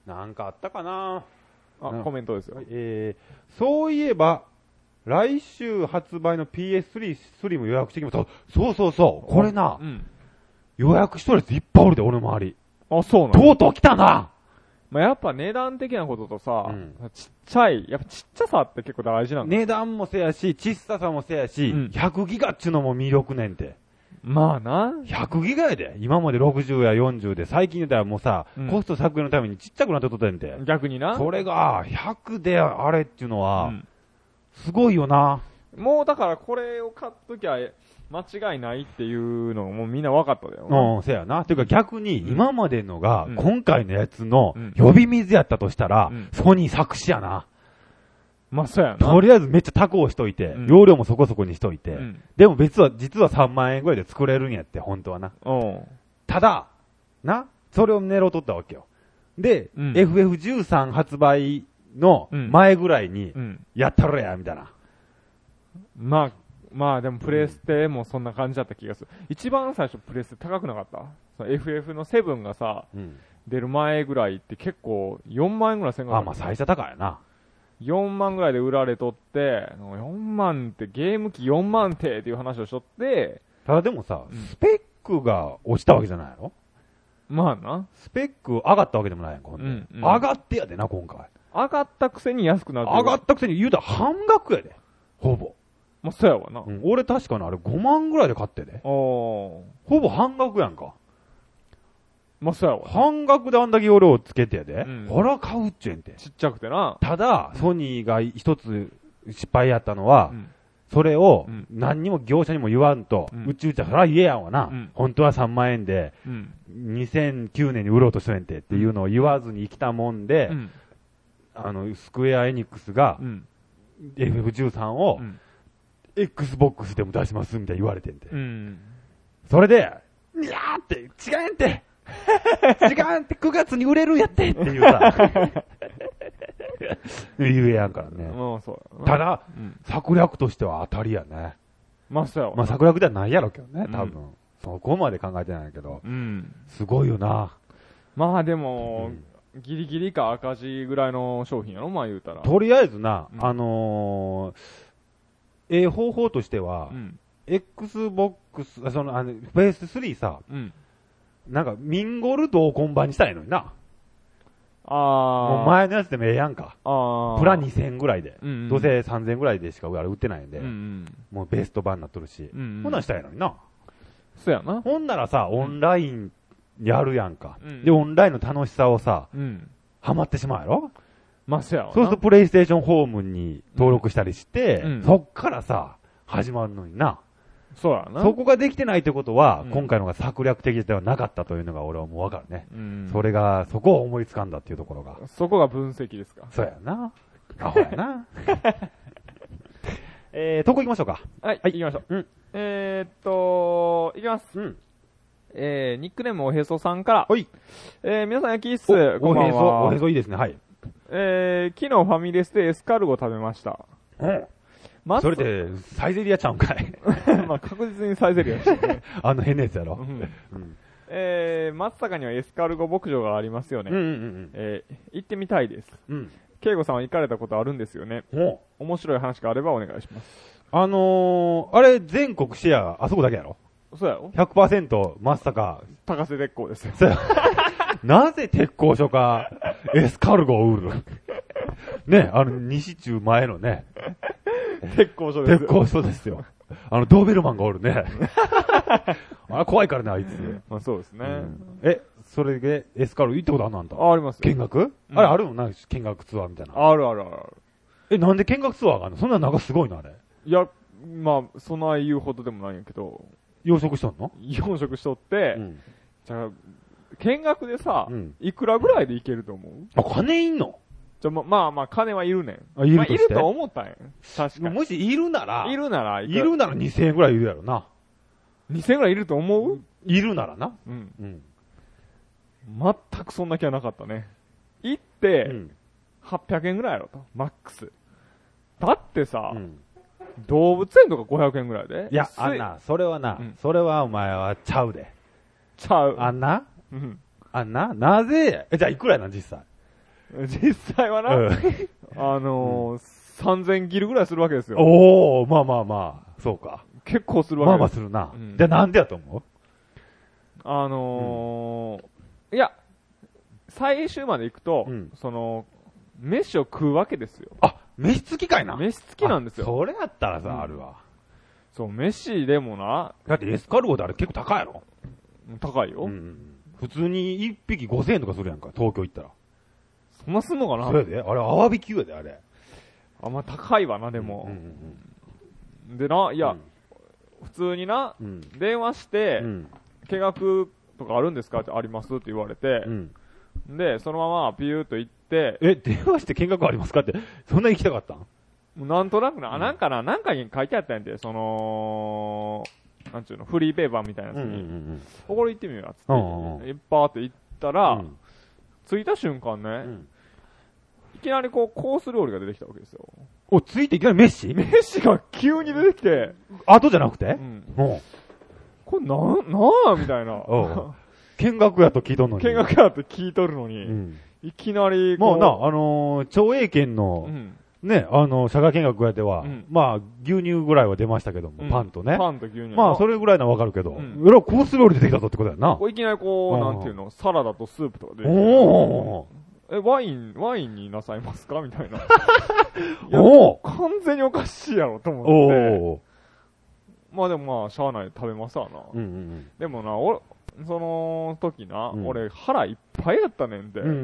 うなんかあったかなうあ、んコメントですよ。えーそういえば、来週発売の PS3 スリム予約してきました。そうそうそう、これなう、ん。予約しとるやついっぱいおるで、俺の周り。あ、そうなのとうとう来たなまあ、やっぱ値段的なこととさ、うんちっちゃい、やっぱちっちゃさって結構大事なんだよ値段もせやし、小ささもせやし、うん100ギガっちゅうのも魅力ねんて。まあな。 100ギガやで。今まで60や40で、最近言うたらもうさ、うんコスト削減のためにちっちゃくなってとったやんて。逆にな。これが、100であれっていうのうは、んすごいよな。もうだからこれを買っときゃ間違いないっていうのもうみんな分かっただよ。うん、せやな。ていうか逆に、うん今までのがうん、今回のやつのうん、呼び水やったとしたらうん、ソニー作詞やな。まあそうやな。とりあえずめっちゃタコをしといてうん、容量もそこそこにしといてう、ん。でも別は、実は3万円ぐらいで作れるんやって、本当はな。うん。ただ、な、それを狙うとったわけよ。で、うん FF13 発売のうん前ぐらいにう、ん。やったろや、みたいな。まあ、まあでもプレステもそんな感じだった気がする。一番最初プレステ高くなかったその ?FF の7がさ、出る前ぐらいって結構4万円ぐらいせんかあ、ったまあ最初高いやな。 4万ぐらいで売られとって、4万って、ゲーム機4万ってっていう話をしとって、ただでもさうん、スペックが落ちたわけじゃないやろまあな、スペック上がったわけでもないやん、今度うんうん上がってやでな、今回。上がったくせに安くなってる。上がったくせに言うたら半額やで。ほぼ。まあ、そうやわな。うん俺確かにあれ5万ぐらいで買ってで。おー。ほぼ半額やんか。まあ、そうやわ。半額であんだけ容量をつけてやでうん。ほら、買うっちゅえんて。ちっちゃくてな。ただ、ソニーが一つ失敗やったのは、うんそれをうん何にも業者にも言わんと、ううんちうちはそら言えやんわな、うん本当は3万円で、うん。 2009年に売ろうとしとんやんてっていうのを言わずに来たもんで、うん。あの、スクエアエニックスがう、ん。 FF13 をうん、 Xbox でも出しますみたいに言われてんて。うん。それで、いやーって、違うんて 違うんて、9月に売れるやってっていうさ、 言えやんからね。まあ、そうやたな。だ、うん。策略としては当たりやね。まあ、そうやわ。まあ策略ではないやろうけどね、うん多分。そこまで考えてないけど、うん。すごいよな。まあ、でうもん、ギリギリか赤字ぐらいの商品やろ、まあ言うたら。とりあえずなう、んあのー、ええ方法としてはう、ん。 Xbox、あその、あの、ベース3さ、うん。なんか、ミンゴル同梱版にしたらいいのにな。あー。もう前のやつでもええやんか。あー。プラ2000ぐらいで。うんうん。どうせ3000ぐらいでしかあれ売ってないんで、うんうん。もうベスト版になっとるし。うんうん。ほんならしたらいいのにな。そうやな。ほんならさ、オンラインやるやんか。うんで、オンラインの楽しさをさ、うん。ハマってしまうやろまあ、そうやわな。そうするとプレイステーションホームに登録したりして、うんそっからさ、始まるのにな。そうやな。そこができてないってことは、うん今回のが策略的ではなかったというのが俺はもうわかるね。うん。それが、そこを思いつかんだっていうところが。そこが分析ですか。そうやな。アホやな。 えー、とこ行きましょうか。はい、はい行きましょう。うんえー、っと、行きます。うん。えー、ニックネームおへそさんから。はい。えー、皆さん焼きっす。おこんばおへんそ、は。おへそいいですね。はい。えー、昨日ファミレスでエスカルゴ食べました。まそれで、サイゼリアちゃうんかい。 まあ確実にサイゼリアでしたね。あの変なやつやうろ。んうん。えー、松阪にはエスカルゴ牧場がありますよね。うんうんえー、行ってみたいです。うん。うん。慶吾さんは行かれたことあるんですよね。お面白い話があればお願いします。あのー、あれ、全国シェア、あそこだけやろそうやろ ?100% まさか、高瀬鉄鋼ですよ。なぜ鉄工 所か、エスカルゴを売るね、あの、西中前のね、鉄鋼所ですよ。鉄工所ですよ。あの、ドーベルマンがおる ね。あれ怖いからね、あいつ。まあそうですね。うんえ、それでエスカルゴ行ったことあんのあんたあ、ありますよ見学うんあれあるのな、見学ツアーみたいな。あるあるあるある。え、なんで見学ツアーがあるのそんななんかすごいのあれ。いや、まあ、そない言うほどでもないんやけど、養殖しとんの4食しとって、ん。じゃあ、見学でさ、うんいくらぐらいでいけると思うあ、金いんのじゃあ、ま、まあまあ、金はいるねん。あ、いるまとあ、いしるて。と思ったんや。確かに。もしいるなら、いるなら、いるなら2000円ぐらいいるやろな。 ?2000 ぐらいいると思ういるならな。うん。うん。全くそんな気はなかったね。行って、うん。 800円ぐらいやろと。マックス。だってさ、うん動物園とか500円ぐらいでいや、安あんな、それはな、うんそれはお前はちゃうで。ちゃう。あんな、うん。あんな、なぜ、え、じゃあいくらやな、実際。実際はな、 うんあのー、3000ギルぐらいするわけですよ。おー、まあまあまあ、そうか。結構するまわあけまあです。するな。うんじゃあなんでやと思あのー、いや、最終まで行くと、うんその、飯を食うわけですよう。あ、飯付きかいな。飯付きなんですあよ。それやったらうんさ、あるわ。そう、飯でもな、だってエスカルゴであれ結構高いやろ高いよ。うん。普通に一匹5000円とかするやんか、東京行ったら。そんなすんのかそうなやで。あれ、アワビ級やで、あれ。あんまあ高いわな、でもうんう。んでな、いうんや、、普通にな、うん。電話しうて、ん。計画とかあるんですかってありますって言われてう、ん。で、そのままピューっと行って、え、電話して見学ありますかって、そんな行きたかったんもうなんとなくな、うあんなんかな、なんかに書いてあったんやて、その、なんちゅうの、フリーペーパーみたいなやつに、んこれ行ってみようや、つうんうんうんって、いっぱーって行ったら、着いた瞬間ね、うん。いきなりこう、コース料理が出てきたわけですよ。お、ついていきなりメッシ飯が急に出てきて、後じゃなくてうん、うん。これなん、なんみたいな。おう見学やと聞いとんのに。見学やって聞いとるのうに、ん。いきなりまこあう、な、あのー、長英県のう、ん、ね、あの、社会見学やではうん、まあ、牛乳ぐらいは出ましたけどうも、んパンとね。パンと牛乳。まあ、それぐらいならわかるけど、うん裏コース料理出てきたぞってことやんな。こういきなりこうう、んなんていうの、サラダとスープとか出てきておーえ、ワイン、ワインになさいますかみたいな。いや おー完全におかしいやろと思って。おーまあでもまあ、しゃあない食べますわな。うんうんでもな、俺、その時な、うん俺腹いっぱいやったねんで。うんうんう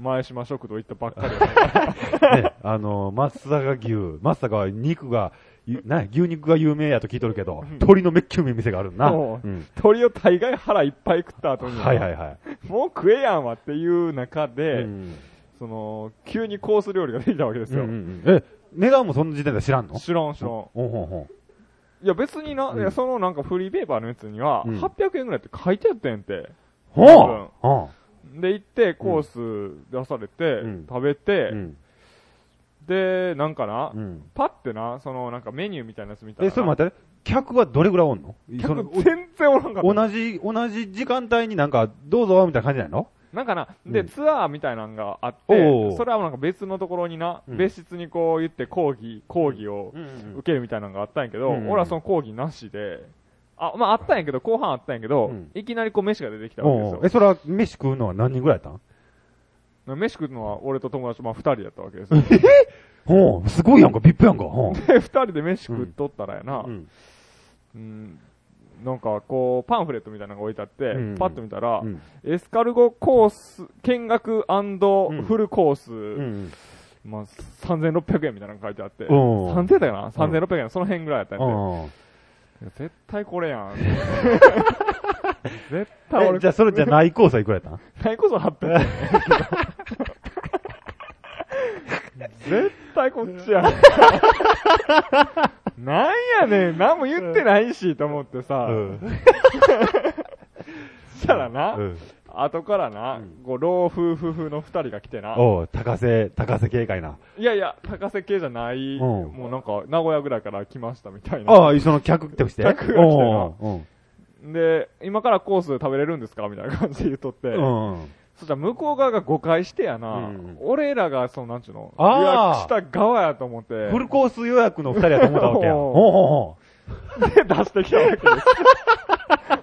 ん前島食堂行ったばっかりやから。うん。ね、あのー、松坂牛、松坂は肉が、ゆな牛肉が有名やと聞いとるけどん、鶏のめっきゅうめい店があるん な。おーうん鳥を大概腹いっぱい食った後に、はいはいはい。もう食えやんわっていう中で、うんその、急にコース料理ができたわけですうんうよ。んうんえ、値段もその時点では知らんの知らん知らん。おんほんほん。いや別にな、うんいやそのなんかフリーペーパーのやつには、うん800円ぐらいって書いてあったんやんて。ほうほで、行って、コース出されて、うん食べうて、うんで、なんかな、うん。パってな、そのなんかメニューみたいなやつ見たらえ、な、それ待って、客はどれぐらいおんのその客全然おらんかった。同じ、同じ時間帯になんか、どうぞ、みたいな感じなのなんかな、うで、んツアーみたいなのがあっおうおうて、それはなんか別のところにな、うん別室にこう言って講義、講義をうん受けるみたいなのがあったんやけど、うんうん俺はその講義なしで、あ、まああったんやけど、後半あったんやけど、うんいきなりこう飯が出てきたわけですおうよえ、。それは、飯食うのは何人ぐらいやったん飯食うのは俺と友達、まあ二人やったわけですよ。おうすごいやんか、ビップやんか。おうで、二人で飯食っとったらやな、うんうん、なんかこう、パンフレットみたいなのが置いてあって、うんパッと見たら、うんエスカルゴコース、見学んフルコース、うんまあ、3600円みたいなのが書いてあって、おう3000円だよな ?3600 円、その辺ぐらいだったんで、おういや絶対これやん。絶対え俺、じゃあ、それじゃないコースはいくらやったん絶対こそ800円。絶対こっちやん。なんやねん、何も言ってないし、と思ってさ、うんそしたらな、うん後からな、こう老夫婦風の二人が来てな、おう高瀬、高瀬警戒な。いやいや、高瀬系じゃない、んもうなんか、名古屋ぐらいから来ましたみたいな。ああ、その客として。客が来てなおううんで、今からコース食べれるんですかみたいな感じで言っとって、うん。そしたら向こう側が誤解してやな、うん俺らが、その、なんちゅうの、予あー約した側やと思って、フルコース予約の二人やと思ったわけや。おうおうおうおうで出してきたわけ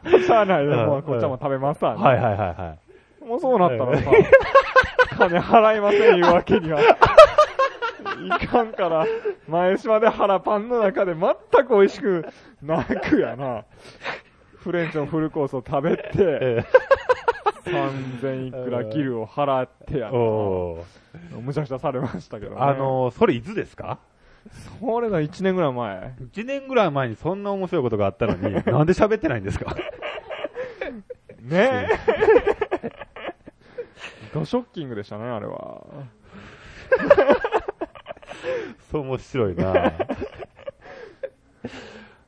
です。しゃあないで、うんもうこっちはもう食べますわ、ねはいはいはいはい。もうそうなったらさ、金払いませんいうわけには。いかんから、前島で腹パンの中で全く美味しくなくやな。フレンチのフルコースを食べて、え3000いくらギルを払ってやえな。おうむちゃくちゃされましたけど、ね。あ、のー、それいつですかそれが1年ぐらい前。 1年ぐらい前にそんな面白いことがあったのに、なんで喋ってないんですかねえ。 ドショッキングでしたね、あれは。そう面白 いな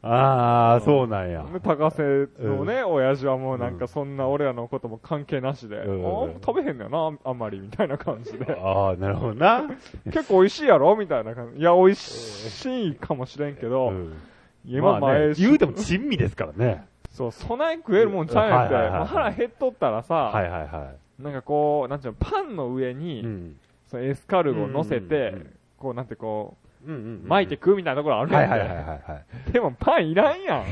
ああ、そうなん や。で高瀬のね、親父はもうなんかそんな俺らのことも関係なしで、うんあ食べへんのよな、あんまりみたいな感じで。 ああ、なるほどな。結構美味しいやろみたいな感じ。いや、美味しいかもしれんけど、うん今まあね前、言うても珍味ですからね。そう、備え食えるもんちゃうやんって、はいはいはいまあ腹減っとったらさ、はいはいはなんかこう、なんていうの、パンの上い。に、ん。そのエスカルゴを乗せて、うんうんうんうんこうなんてこうんうんう、巻いて食うみたいなところあるやんはいてはいはいはいはい。でもパンいらんやん。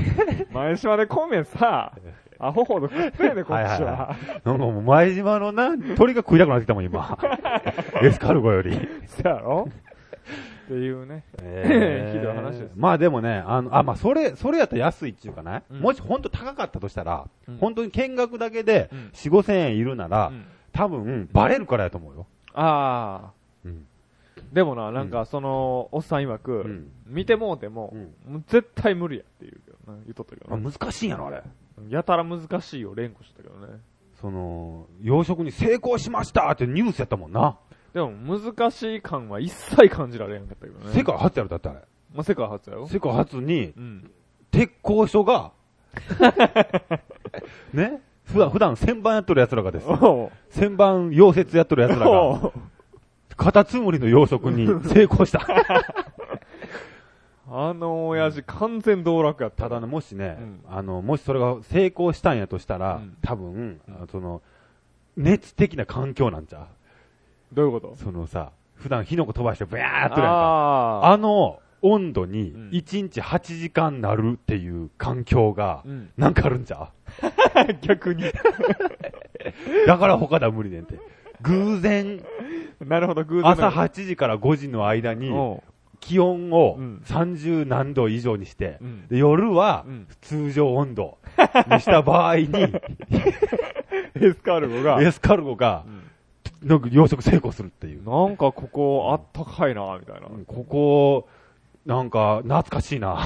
前島で米 さ、アホほど食ってんで、こっちは。はいはいはなんかもう前 島のな、鳥が食いたくなってきたもん今。エスカルゴより。そうやろっていうね。え ひどい話ですまあでもね、あの、あ、まあそれ、それやったら安いっていうかね、うんもし本当高かったとしたら、うん本当に見学だけでうん4、5千円いるなら、うん多分バレるからやと思うよ。あうん。あ。でもな、なんかその、おっさん曰く、うん見てもうてもう、もう絶対無理やって言うけどな、言っとったけどあな。難しいんやろ、あれ。やたら難しいを連呼してたけどね。その、養殖に成功しましたってニュースやったもんな。でも、難しい感は一切感じられへんかったけどね。世界初やろ、だってあれ。まあ、世界初やろ世界初に、うん。鉄工所 が、ね普段、普段旋盤やっとる奴らがですよ。おう旋盤溶接やっとる奴らが、おうカタツムリの養殖に成 功した。あの親父、完全道楽やった。ただね、もしね、うんあの、もしそれが成功したんやとしたら、うん多分、あのその、熱的な環境なんじゃどういうことうそのさ、普段火の粉飛ばしてブヤーっとるやんか。ああ。あの温度にうん1日8時間なるっていう環境が、 うん。なんかあるんじゃ逆に。うだから他だ無理ねんて。偶然、 なるほど、偶然。朝8時から5時の間に、おう気温をうん30何度以上にして、うんで夜はうん通常温度にした 場合に、エスカルゴ が。エスカルゴが、なんか養殖成功するっていう。なんかここあったかいな、みたいな。ここ、なんか、懐かしいな。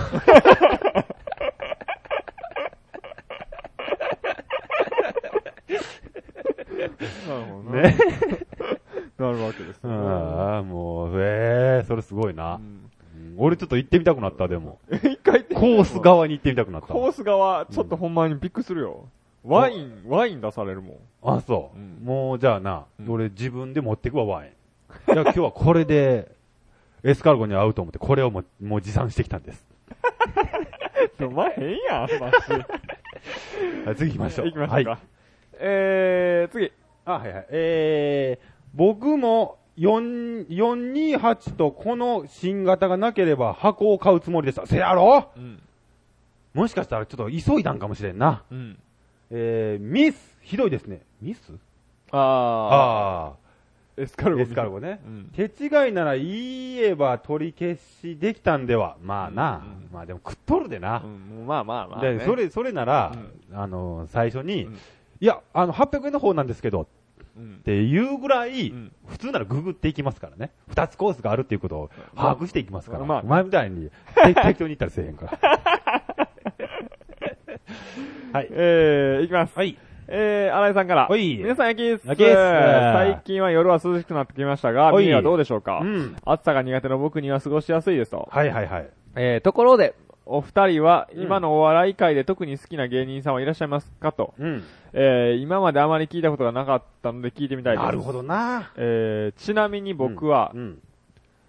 なるほどな。ね。 なるわけですね。 ああ、もう、ええそれすごいうんな。うん俺ちょっと行ってみたくなった、でも。一回行ってみて コース側に行ってみたくなった。コース側、ちょっとほんまにびっくりするよ。ワイン、ワイン出されるもん。あ、そう。うんもう、じゃあな、うん俺自分で持ってくわ、ワイン。じゃあ今日はこれで、 エスカルゴに合うと思って、これをもうもう持参してきたんです。お前変やん、マはい次行きましょう。行きましょうか。はい。えー、次。あ、はいはい。えー、僕も4、428とこの新型がなければ箱を買うつもりでした。せやろうん。もしかしたらちょっと急いだんかもしれんな。うん。えー、ミスひどいですね。ミスああー。エスカルー。ゴ。エスカルゴね。うん。手違いなら言えば取り消しできたんでは。まあな。うんまあでも食っとるでなう。ん。まあまあまあね。でそれ、それなら、あの、最初に、うんいや、あの、800円の方なんですけど、うんっ。ていうぐらい、うん普通ならググっていきますからね。二つコースがあるっていうことを把握していきますから。まあ前みたいに、て適当に行ったらせえへん から。はい。えー、いきます。はい。えー、新井さんから。はい皆さん、焼きっす。焼きっす最近は夜は涼しくなってきましたが、はい冬はどうでしょうかうん。暑さが苦手な僕には過ごしやすいですと。はいはいはい。えー、ところで、お二人は、うん今のお笑い界で特に好きな芸人さんはいらっしゃいますかと。うん。えー、今まであまり聞いたことがなかったので聞いてみたいです。なるほどな。えー、ちなみに僕は、うん。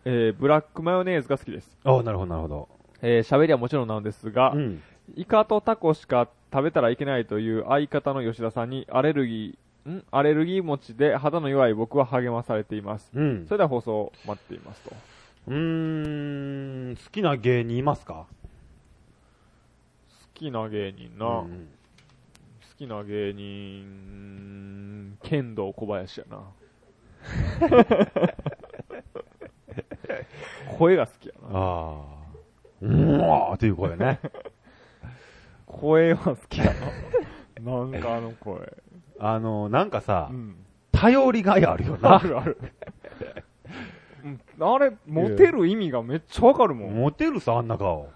えー、ブラックマヨネーズが好きです。あなるほどなるほど。えー、喋りはもちろんなんですが、うん。イカとタコしか食べたらいけないという相方の吉田さんにアレルギー、んアレルギー持ちで肌の弱い僕は励まされています。うんそ。れでは放送を待っていますと。うーん、好きな芸人いますか好きな芸人な。う好んきな芸人、剣道小林や な。声が好きやな。ああ。うわーっていう 声ね。声は好きやな。 なんかあの声。あの、なんかさう、ん。頼りがいあるよあな。るある。うんあれ、モテる意味がめっちゃわかるもん。モテるさ、あんな顔。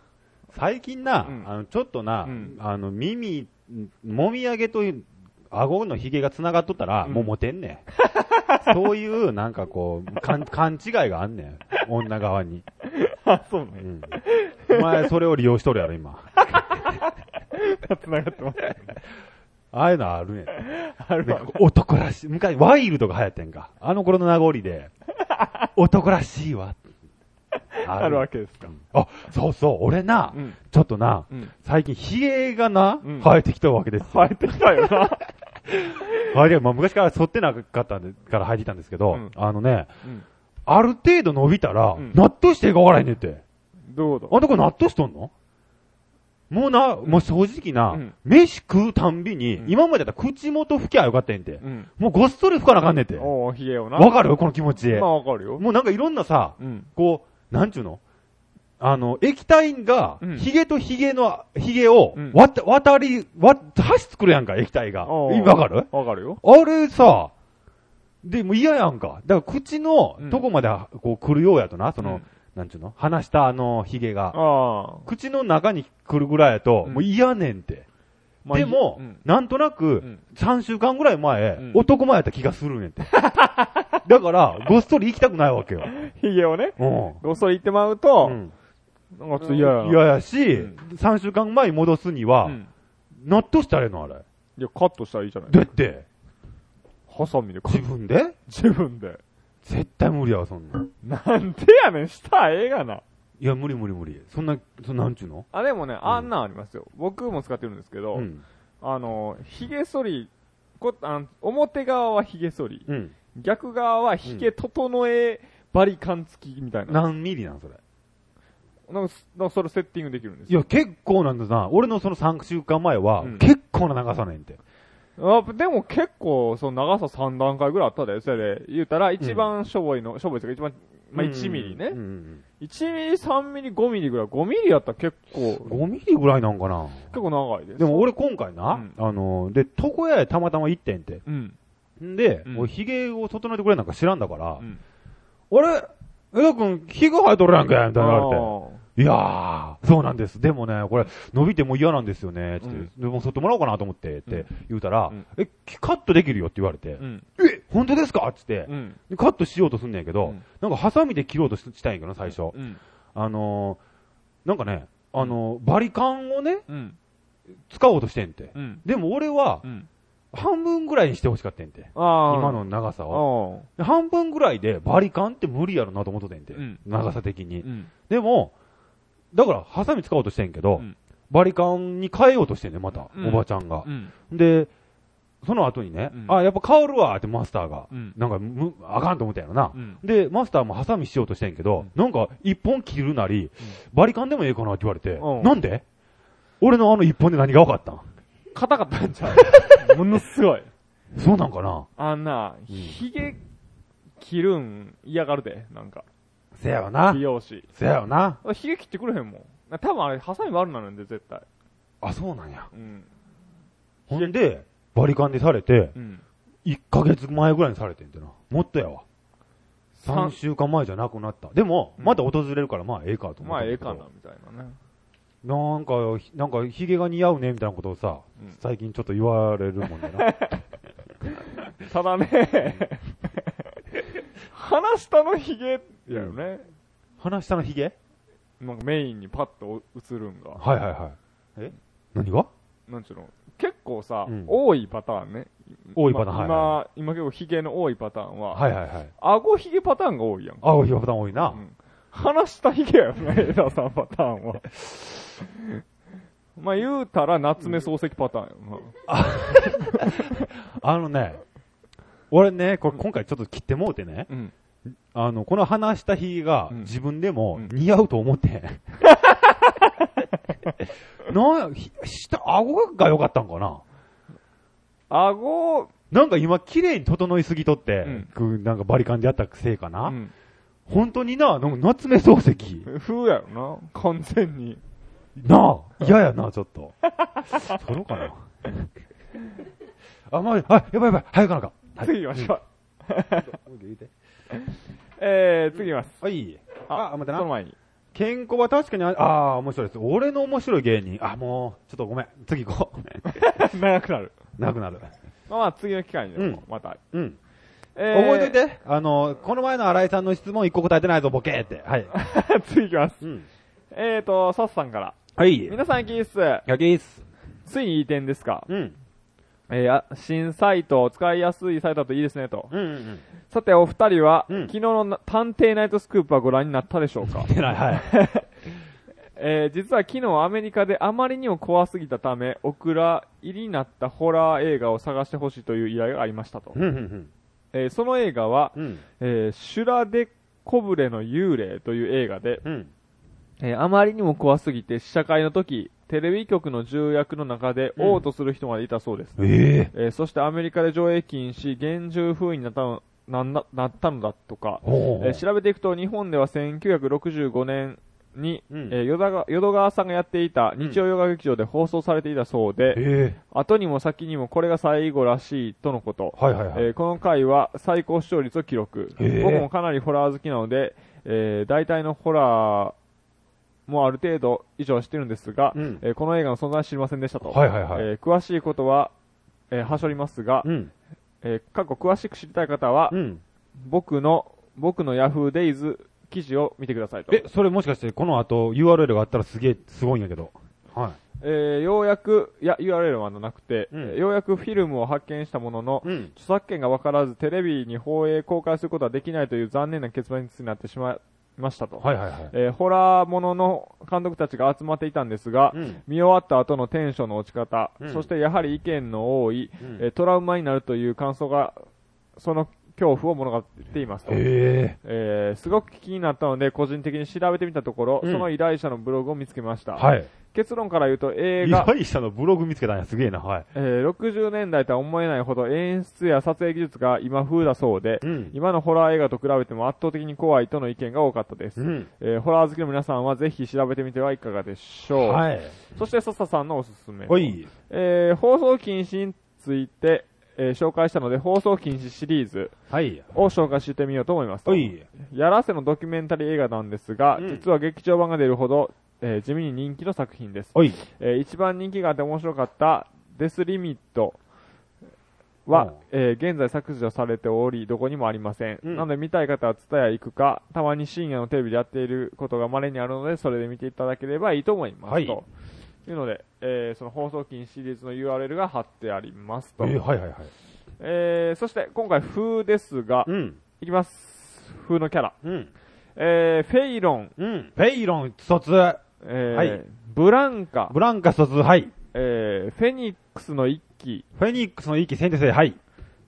最近な、うんあのちょっとな、うんあの耳、もみあげという、顎のひげが繋がっとったら、うんもうモテんね ん。そういう、なんかこう、かん勘違いがあんねん。女側に。あ、 そううね。ん、お前、それを利用しとるやろ、今。繋がってます。ああいうのあるねん。あるなわんか男らしい。昔、ワイルドが流行ってんか。あの頃の名残 で、男らしいわ。ああるわけですか。あ、そうそう、俺な、うん。ちょっとな、うん。最近、ヒゲがな、うん生えてきたわけですよ。生えてきたよな。あれ、まあ、昔から剃ってなかったんで、から入ってたんですけど、うんあのね、うん。ある程度伸びたら、うん納豆してがわらへんねんって。どういうこあんたこれ納豆しとんのもうな、もう正直な、うん飯食うたんびに、うん今までだったら口元拭きゃよかったんやんて。とうん。もうごっそり拭かなあかんねんて。おおひげをな。わかるこの気持ち。まあわかるよ。もうなんかいろんなさ、うん。こう、なんちゅうのあの、液体がうん、ヒゲとヒゲの、ヒゲをうん、わた、渡り、わ、箸作るやんか、液体が。おーわかるわかるよ。あれさ、でも嫌やんか。だから口のうんとこまではこう来るようやとな、その、うんなんちゅうの話したあのヒゲが。ああ。口の中に来るぐらいやと、うんもう嫌ねんって。まあでも、いいうんなんとなく、うん3週間ぐらい前、うん男前やった気がするねん って。だから、ごっそり行きたくないわけよ。ヒゲをね、う。ごっそり行ってまうんうと、んなんかちょっと嫌やな。嫌やし、うん3週間前に戻すには、うん納豆したらええのあれ。いや、カットしたらいいじゃない。だって、ハサミでカ自ット。分で自分で。絶対無理やわ、そんなん。なんでやねん、したらええがな。いや、無理無理無理。そんな、そんなんちゅうのあ、でもね、あんなんありますよ。僕も使ってるんですけど、うん。あの、髭剃り、こあの表側は髭剃り、うん。逆側は髭整えバリカン付きみたいな。何ミリなんそれ。なんかす、なんかそれセッティングできるんですいよ。や、結構なんだな。俺のその3週間前は、うん結構な長さねんて。あでも結構、その長さ3段階ぐらいあったで、それで言うたら、一番しょぼいの、しょぼいですか、一番、まあ、1ミリね。うんうん1ミリ、3ミリ、5ミリぐらい。5ミリやったら結構、うん。5ミリぐらいなんかな。結構長いです。でも、俺今回な、うんあの、で、床屋へたまたま行ってんて。うん。んで、うん俺髭を整えてくれなんか知らんだから、うんあれ、江田くん、髭生えとるやんけ、みたいな言われて。いやー、そうなんです。でもね、これ、伸びてもう嫌なんですよね、つって。うんでも、剃ってもらおうかなと思って、って言うたら、うんえ、カットできるよって言われて、うん。え、本当ですかっつって、うん。でカットしようとすんねんけうど、んなんか、ハサミで切ろうとししたいんやけどな、最初。うん。あのー、なんかね、あのー、バリカンをね、うん。使おうとしてんて。うん。でも俺はう、ん。半分ぐらいにしてほしかったんて。ああ。今の長さは。の。で半分ぐらいでバリカンって無理やろなと思っとってんて。うん長さ的にう。ん。でも、だから、ハサミ使おうとしてんけど、うんバリカンに変えようとしてんね、また、うんおばちゃんがう。ん。で、その後にね、うんあ、やっぱ変わるわってマスターが、うん。なんかむ、あかんと思ったんやろなう。ん。で、マスターもハサミしようとしてんけど、なんか、一本切るなり、バリカンでもええかなって言われて、うんなんで俺のあの一本で何が分かったん硬かったんちゃう ものすごい。そうなんかなあんな、うんひげ切るん嫌がるで、なんか。せやよな美。容師。せやよな。ひげ切ってくれへんもん。多分あれ、ハサミ悪なるんで、絶対。あ、そうなんや。うん。ほんで、バリカンでされて、うん。 1ヶ月前ぐらいにされてんてな。もっとやわ。3三週間前じゃなくなった。でも、うんまた訪れるから、まあええかと思って。まあ、ええかな、。みたいなね。なんか、ひなんか、ヒゲが似合うね、みたいなことをさ、うん最近ちょっと言われるもんだ な。ただね、鼻下のひげやよね。鼻下のヒゲなんかメインにパッと映るんが。はいはいはい。え何がなんちゅうの結構さ、うん多いパターンね。多いパターンまはあ今、今結構ヒゲの多いパターンは、はいはいはい。顎ヒゲパターンが多いやん。あ、おひげパターン多いうな。ん話したヒゲやよね、江田さんパターンは。 まあ言うたら夏目漱石パターンやな。あのね、俺ね、これ今回ちょっと切ってもうてね、うん。あの、この鼻下ヒゲがうん自分でもうん似合うと思って ん。なんひ下、顎が良かったんかな顎、なんか今綺麗に整いすぎとって、うんこうなんかバリカンでやったせいかな、うん、本当にな、なんか夏目漱石。風やろな、完全に。なあ、嫌やな、ちょっ と。そろうかな。あ、まあ、あ、やばいやばい、早くなあかん。はい、次行きましょう。言うてえー、次行きます。はい。あ、待ってそなの。前に。健康は確かにあ、あー面白いです。俺の面白い芸人。あ、もう、ちょっとごめん。次行こう。長くなる。なくなる。まあまあ次の機会にでも、また。うん。え覚えといて。あの、この前の新井さんの質問一個答えてないぞ、ボケーって。はい。いて。 次行きます。うん。えーと、サスさんから。はい。皆さんキース、やけいっす。ついにいい点ですかうん。えーあ新サイト、使いやすいサイトだといいですね、と。うんうん。さて、お二人は、うん昨日のな探偵ナイトスクープはご覧になったでしょうか出ない、はい。えー実は昨日アメリカであまりにも怖すぎたため、オクラ入りになったホラー映画を探してほしいという依頼がありましたとう。んうんえーその映画は、うん。えーシュラデコブレの幽霊という映画で、うん。えーあまりにも怖すぎて試写会の時、テレビ局の重役の中でうん嘔吐する人までいたそうです。えええーそしてアメリカで上映禁止、厳重封印になったのなんななったのだとか、おうえー調べていくと日本では1965年に、うんえー淀川淀川さんがやっていた日曜洋画劇場で放送されていたそうで、え後にも先にもこれが最後らしいとのことえ、はいはいはい。えーこの回は最高視聴率を記録、へえ僕もかなりホラー好きなので、えー大体のホラーもある程度以上は知ってるんですが、うんえーこの映画の存在は知りませんでしたと、はいはいはい。えー詳しいことは、えーはしょりますが、うん。えー過去詳しく知りたい方は、うん。僕の僕の Yahoo Days 記事を見てくださいと、え、それもしかしてこの後 URL があったらすげえ、すごいんやけど。はえーようやくいや URL はなくて、うんえーようやくフィルムを発見したものの、うん。著作権が分からずテレビに放映公開することはできないという残念な結末になってしまいましたと、い。はいはいはい。えーホラーものの監督たちが集まっていたんですが、うん。見終わった後のテンションの落ち方、うんそしてやはり意見の多い、うんえートラウマになるという感想がその恐怖を物語っていますと、ええーすごく気になったので個人的に調べてみたところ、うんその依頼者のブログを見つけました、えはい。結論から言うと映依画頼者のブログ見つけたんや、すげえな、はい。えー60年代とは思えないほど演出や撮影技術が今風だそうで、うん。今のホラー映画と比べても圧倒的に怖いとの意見が多かったです。うん。えーホラー好きの皆さんはぜひ調べてみてはいかがでしょう。はい。そして、笹さんのおすすめ。おい。えー放送禁止について、えー紹介したので、放送禁止シリーズはい。を紹介してみようと思います。おい。やらせのドキュメンタリー映画なんですが、うん実は劇場版が出るほど、えー地味に人気の作品です。おい。えー一番人気があって面白かったデスリミットは、えー現在削除されており、どこにもありません。うんなので見たい方はツタヤ行くか、たまに深夜のテレビでやっていることが稀にあるので、それで見ていただければいいと思います。はいというので、えーその放送禁止シリーズの URL が貼ってありますえと。えーはいはいはい。ーそして今回風ですが、うん。いきます。風のキャラ。うん。えーフェイロン、うん。ペイロン卒、えーはいブランカ、ブランカ卒、はい。えーフェニックスの一期、フェニックスの息先手制、はい。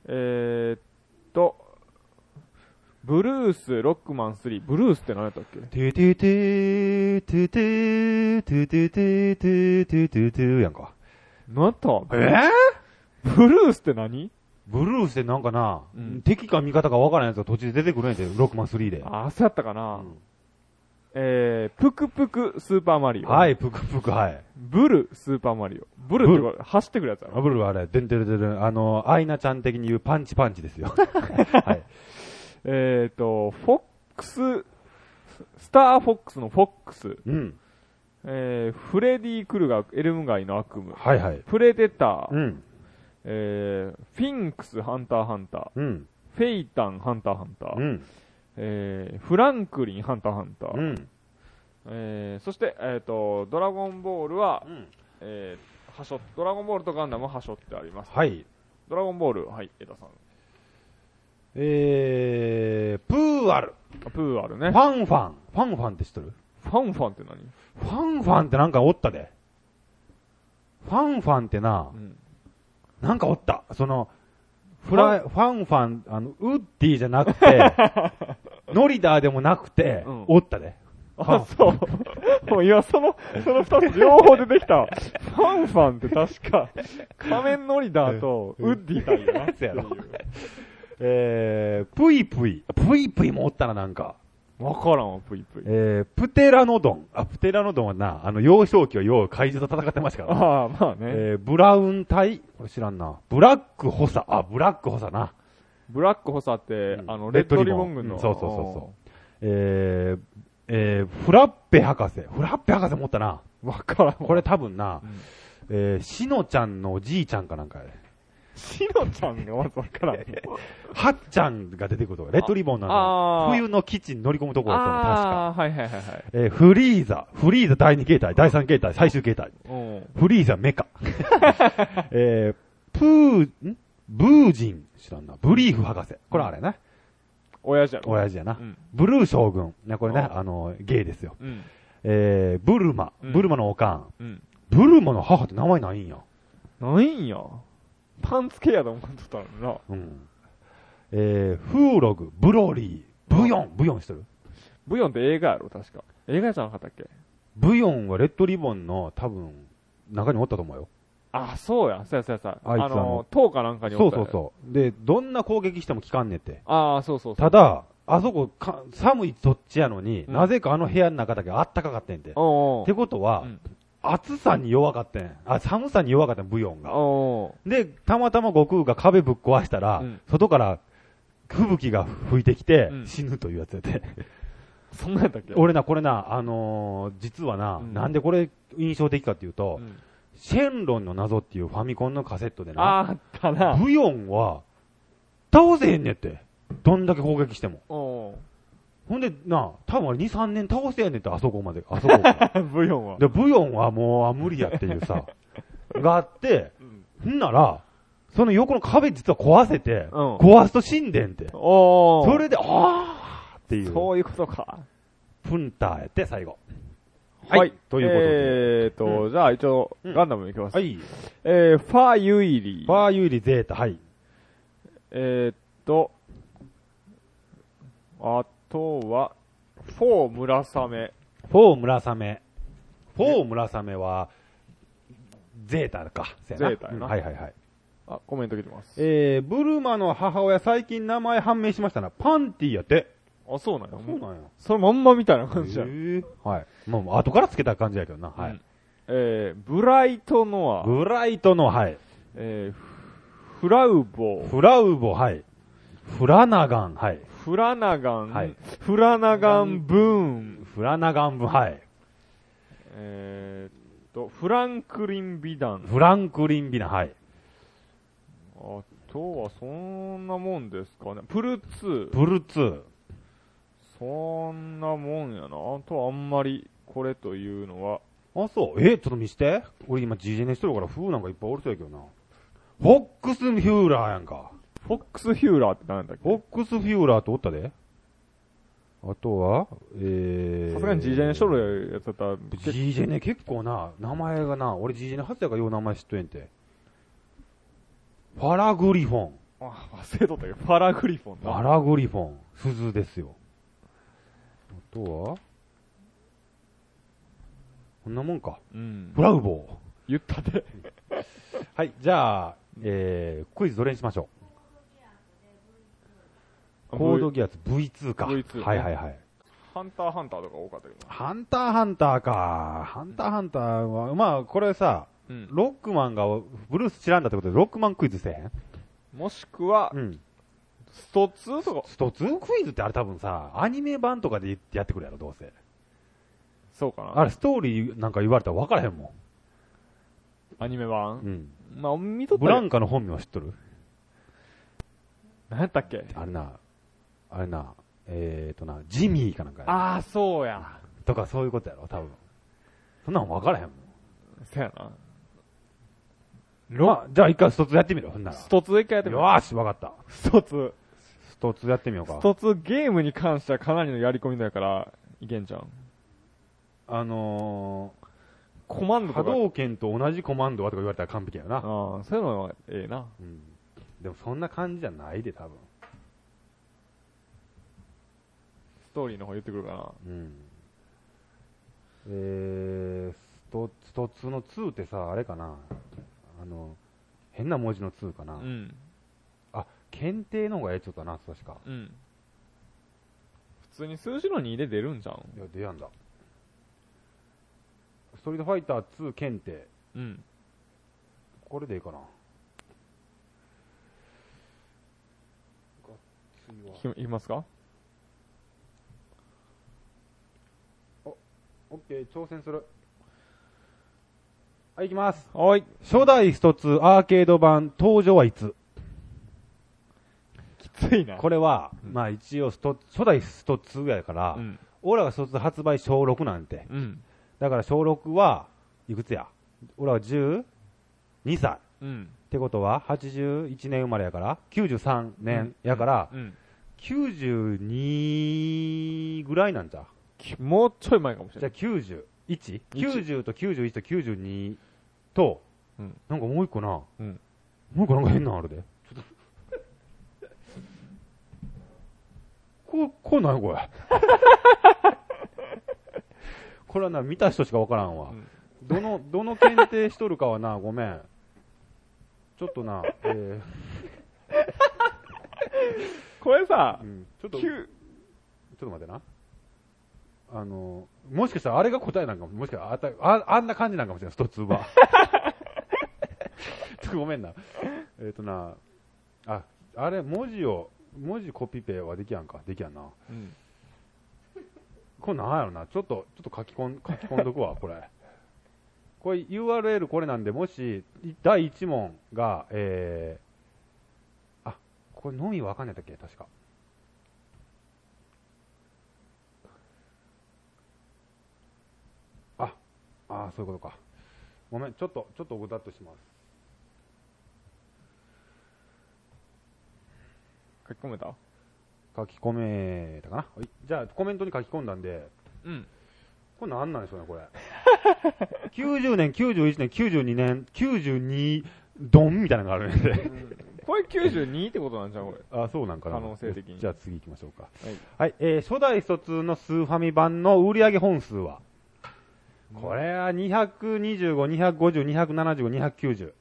えー、っと、ブルース、ロックマン3。ブルースって何やったっけててててててててててててやんか。何やったえーブルースって何ブルースってなんかなうん、敵か味方かわからんやつが途中で出てくるんやて、ロックマン3で。あ、そうやったかな、うんえー、プクプクスーパーマリオ。はい、ぷくぷく、はい。ブルスーパーマリオ。ブルってこれ走ってくるやつやあろブルーはあれ、でんてるでる、あの、アイナちゃん的に言うパンチパンチですよ。はい。えー、っと、フォックス、スターフォックスのフォックス。うん。えー、フレディ・クルガー、エルム街の悪夢。はいはい。プレデター、うん。えー、フィンクス、ハンターハンタうー。ん。フェイタン、ハンターハンター。うん。えーフランクリン、ハンターハンター。うん。えーそして、えっ、と、ドラゴンボールは、うんえーはしょ、ドラゴンボールとガンダムははしょってあります。はい。ドラゴンボール、はい、江田さん。えー、プーアル。あプーアルフね。ファンファン。ファンファンって知っとるァンファンって何ファンファンってなんかおったで。ファンファンってなう、ん。なんかおった。その、フライ、ファンファン、あの、ウッディじゃなく て、ノリダーでもなくてうん、おったで。ファンあ、 そう。もう今、その、その二つ両方出てきたわ。ファンファンって確か、仮面ノリダーとウッディだよな。そうやろえー、プイプイ。プイプイもおったな、なんか。わからんわ、ぷいぷい。えー、プテラノドン。あ、プテラノドンはな、あの、幼少期はよう怪獣と戦ってました からね。ああ、まあね、えー、ブラウン隊これ知らんな。ブラック補佐。あ、ブラック補佐な。ブラック補佐って、んあの、レレッッドドリリボボンン軍の。うんそうそうそうそえー、えー、フラッペ博士。フラッペ博士持ったな。う。わからんわ。これ多分な、うんえー、しのちゃんのおじいちゃんかなんかやでしのちゃんがまずわからん。はっちゃんが出てくるとこ。レッドリボンあのあー冬の基地に乗り込むところだったの、確か。ああー、はいはいはいはい。えー、フリーザ。フリーザ第2形態、第3形態、最終形態。うん。フリーザ メカ。えー、プー、んブージン。知らんな。ブリーフ博士。これあれね。親じゃろ。親父やなう。ん。ブルー将軍。ね、これね、ああの、ゲイですよ。うん。えー、ブルマ。うんブルマのおかん。うん。ブルマの母って名前ないんや。ないんや。パンツ系やと思っとったのにな。うん。えー、フーログ、ブロリー、ブヨン。ブヨンしてるブヨンって映画やろ、確か。映画じゃなかったっけブヨンはレッドリボンの多分、中におったと思うよ。あ、そうや、そうや、そうや、そうや。あいつああのの、塔かなんかにそおうったそやうそう。で、どんな攻撃しても効かんねんって。ああ、そうそうそう。ただ、あそこか、寒いどっちやのに、うんなぜかあの部屋の中だけあったかかってんて。っおうてことは、うん暑さに弱かってん。あ、寒さに弱かったん、ブヨンが。おうで、たまたま悟空が壁ぶっ壊したら、うん外から吹雪が吹いてきて、うん死ぬというやつやで。そんなんやったっけ俺な、これな、あのー実はな、うんなんでこれ印象的かっていうと、うんシェンロンの謎っていうファミコンのカセットでな、あーあったな。ブヨンは、倒せへんねんって。どんだけ攻撃しても。おうほんで、な、多分あれ2、3年倒せへんねんって、あそこまで、あそこ。 ブヨンは。で、ブヨンはもう、あ、無理やっていう さ、があって、んなら、その横の壁実は壊せて、うん壊すと死んでんって。おうそれで、あーっていう、そういうことか。プンターやって、最後。はい。ということでえーと、じゃあ一応、うんガンダムいきます。はい。えー、ファーユイリファーユーリゼータ、はい。えーっと、あとは、フォー村雨。フォー村雨。フォー村雨は、ゼータか。ゼゼータやなはいはいはい。あ、コメント来てます。えー、ブルマの母親、最近名前判明しましたな。パンティやって。あ、そうなんや。もうなんや。そのまんまみたいな感じや。はい。もう、後からつけた感じやけどな。はういん。えー、ブライトノア、ブライトの、はい。えー、フフラウボー、フラウボ、はい。フラナガン、はい。フラナガン、はいフラナガンブーン、フラナガンブ、はい。えー、っと、フランクリン・ビダン。フランクリンビナ、はい。あとはそんなもんですかね。プル2。プルツー。そんなもんやな。あとはあんまりこれというのは。あ、そう。え、ちょっと見して。俺今 GGN してるから、フーなんかいっぱいおる人やけどな。フォックスフューラーやんか。フォックスヒューラーって何だっフォけックスフューラーっておったで。あとは、えー。さすがに GJ にしとるやつだったら、結 GJ ね、結構な、名前がな、俺 GJ ね初やからよう名前知っとえんて。ファラグリフォン。構、あ忘れとったけど、パラグリフォンフな。ァラグリフォン。鈴ですよ。あとはこんなもんか。うんフ。ラウボ言ったで。ー。はい、じゃあ、えー、クイズどれにしましょう。コードギアス V2 か。 V2 はいはいはい。ハンターハンターとか多かったけどな。ハンターハンターか。ハンターハンターは、まあこれさ、うん。ロックマンがブルース知らんだってことで、ロックマンクイズせえもしくはへんう、ん。スト2とか。スト2クイズってあれ多分さ、アニメ版とかでやってくるやろ、どうせ。そうかな。あれ、ストーリーなんか言われたら分からへんもアニメ版ん。うん。まあ、見とったブラら、ンカの本名知っとる何やったっけあれな、あれな、えーとな、ジミーかなんかやああ、そうや。とかそういうことやろ、多分。そんなん分からへんもん。そやな。まあ、じゃあ一回スト2やってみろ、ほんなら。スト2一回やってみよよーし、分かった。う。スト2。スト2やってみようスか。ト2ゲームに関してはかなりのやり込みだから、いけんじゃん。あのコマンー、ドと波か。動拳と同じコマンドはとか言われたら完璧やな。ああ、そういうのはええな。うん。でもそんな感じじゃないで、多分。ストーリーの方言ってくるかな。うん。えー、スト、スト2の2ってさ、あれかな。あの、変な文字の2かな。うん。あ、検定の方がええちょっとな、確か。うん。普通に数字の2で出るんじゃん。いや、出やんだ。ストリートファイター2検定。うん。これでいいかな。次は。いきいきますかオッケー、挑戦する。はい、いきます。はい。初代スト2アーケード版登場はいつきついな。これは、うんまあ一応スト、初代スト2やから、うん。俺らがスト2発売小6なんて。うん。だから小6はいくつや俺らは12歳。うん。ってことは、81年生まれやから、93年やから、うん。 92ぐらいなんじゃ。きもうちょい前かもしれじなゃあい。 91 90と91と92と、うんなんかもう一個な、うんもう一個なんか変なんあるで。ちょっと。こう、こうなんやこれ。 これはな、見た人しかわからんわ。うんどの、どの検定しとるかはな、ごめん。ちょっとな、えこれさー、うんちょっと、ちょっ急と待ってな。あの、もしかしたらあれが答えなんかも、もしかしたらあたああんな感じなんかもしれない、ストツーは。 ちょっとごめんな。えっ、とな、あ、あれ、文字を、文字コピペはできやんか。できやんな。うんこれなんやろな。ちょっと、ちょっと書き込ん、書き込んどくわ、これ。これ URL これなんで、もし、い第1問が、えー、あ、これのみわかんないだっけ確か。あ、あーそういうことか。ごめん、ちょっと、ちょっとごたっとします。書き込めた書き込めたかな、はい、じゃあコメントに書き込んだんで、うん。これ何なんでしょうね、これ。90年、91年、92年、92ドンみたいなのがあるん で。これ92ってことなんじゃん、これ。あ、そうなんかな。可能性的にじゃあ次行きましょうか。ははいい。えー初代卒のスーファミ版の売上本数はこれは225、250、275、290。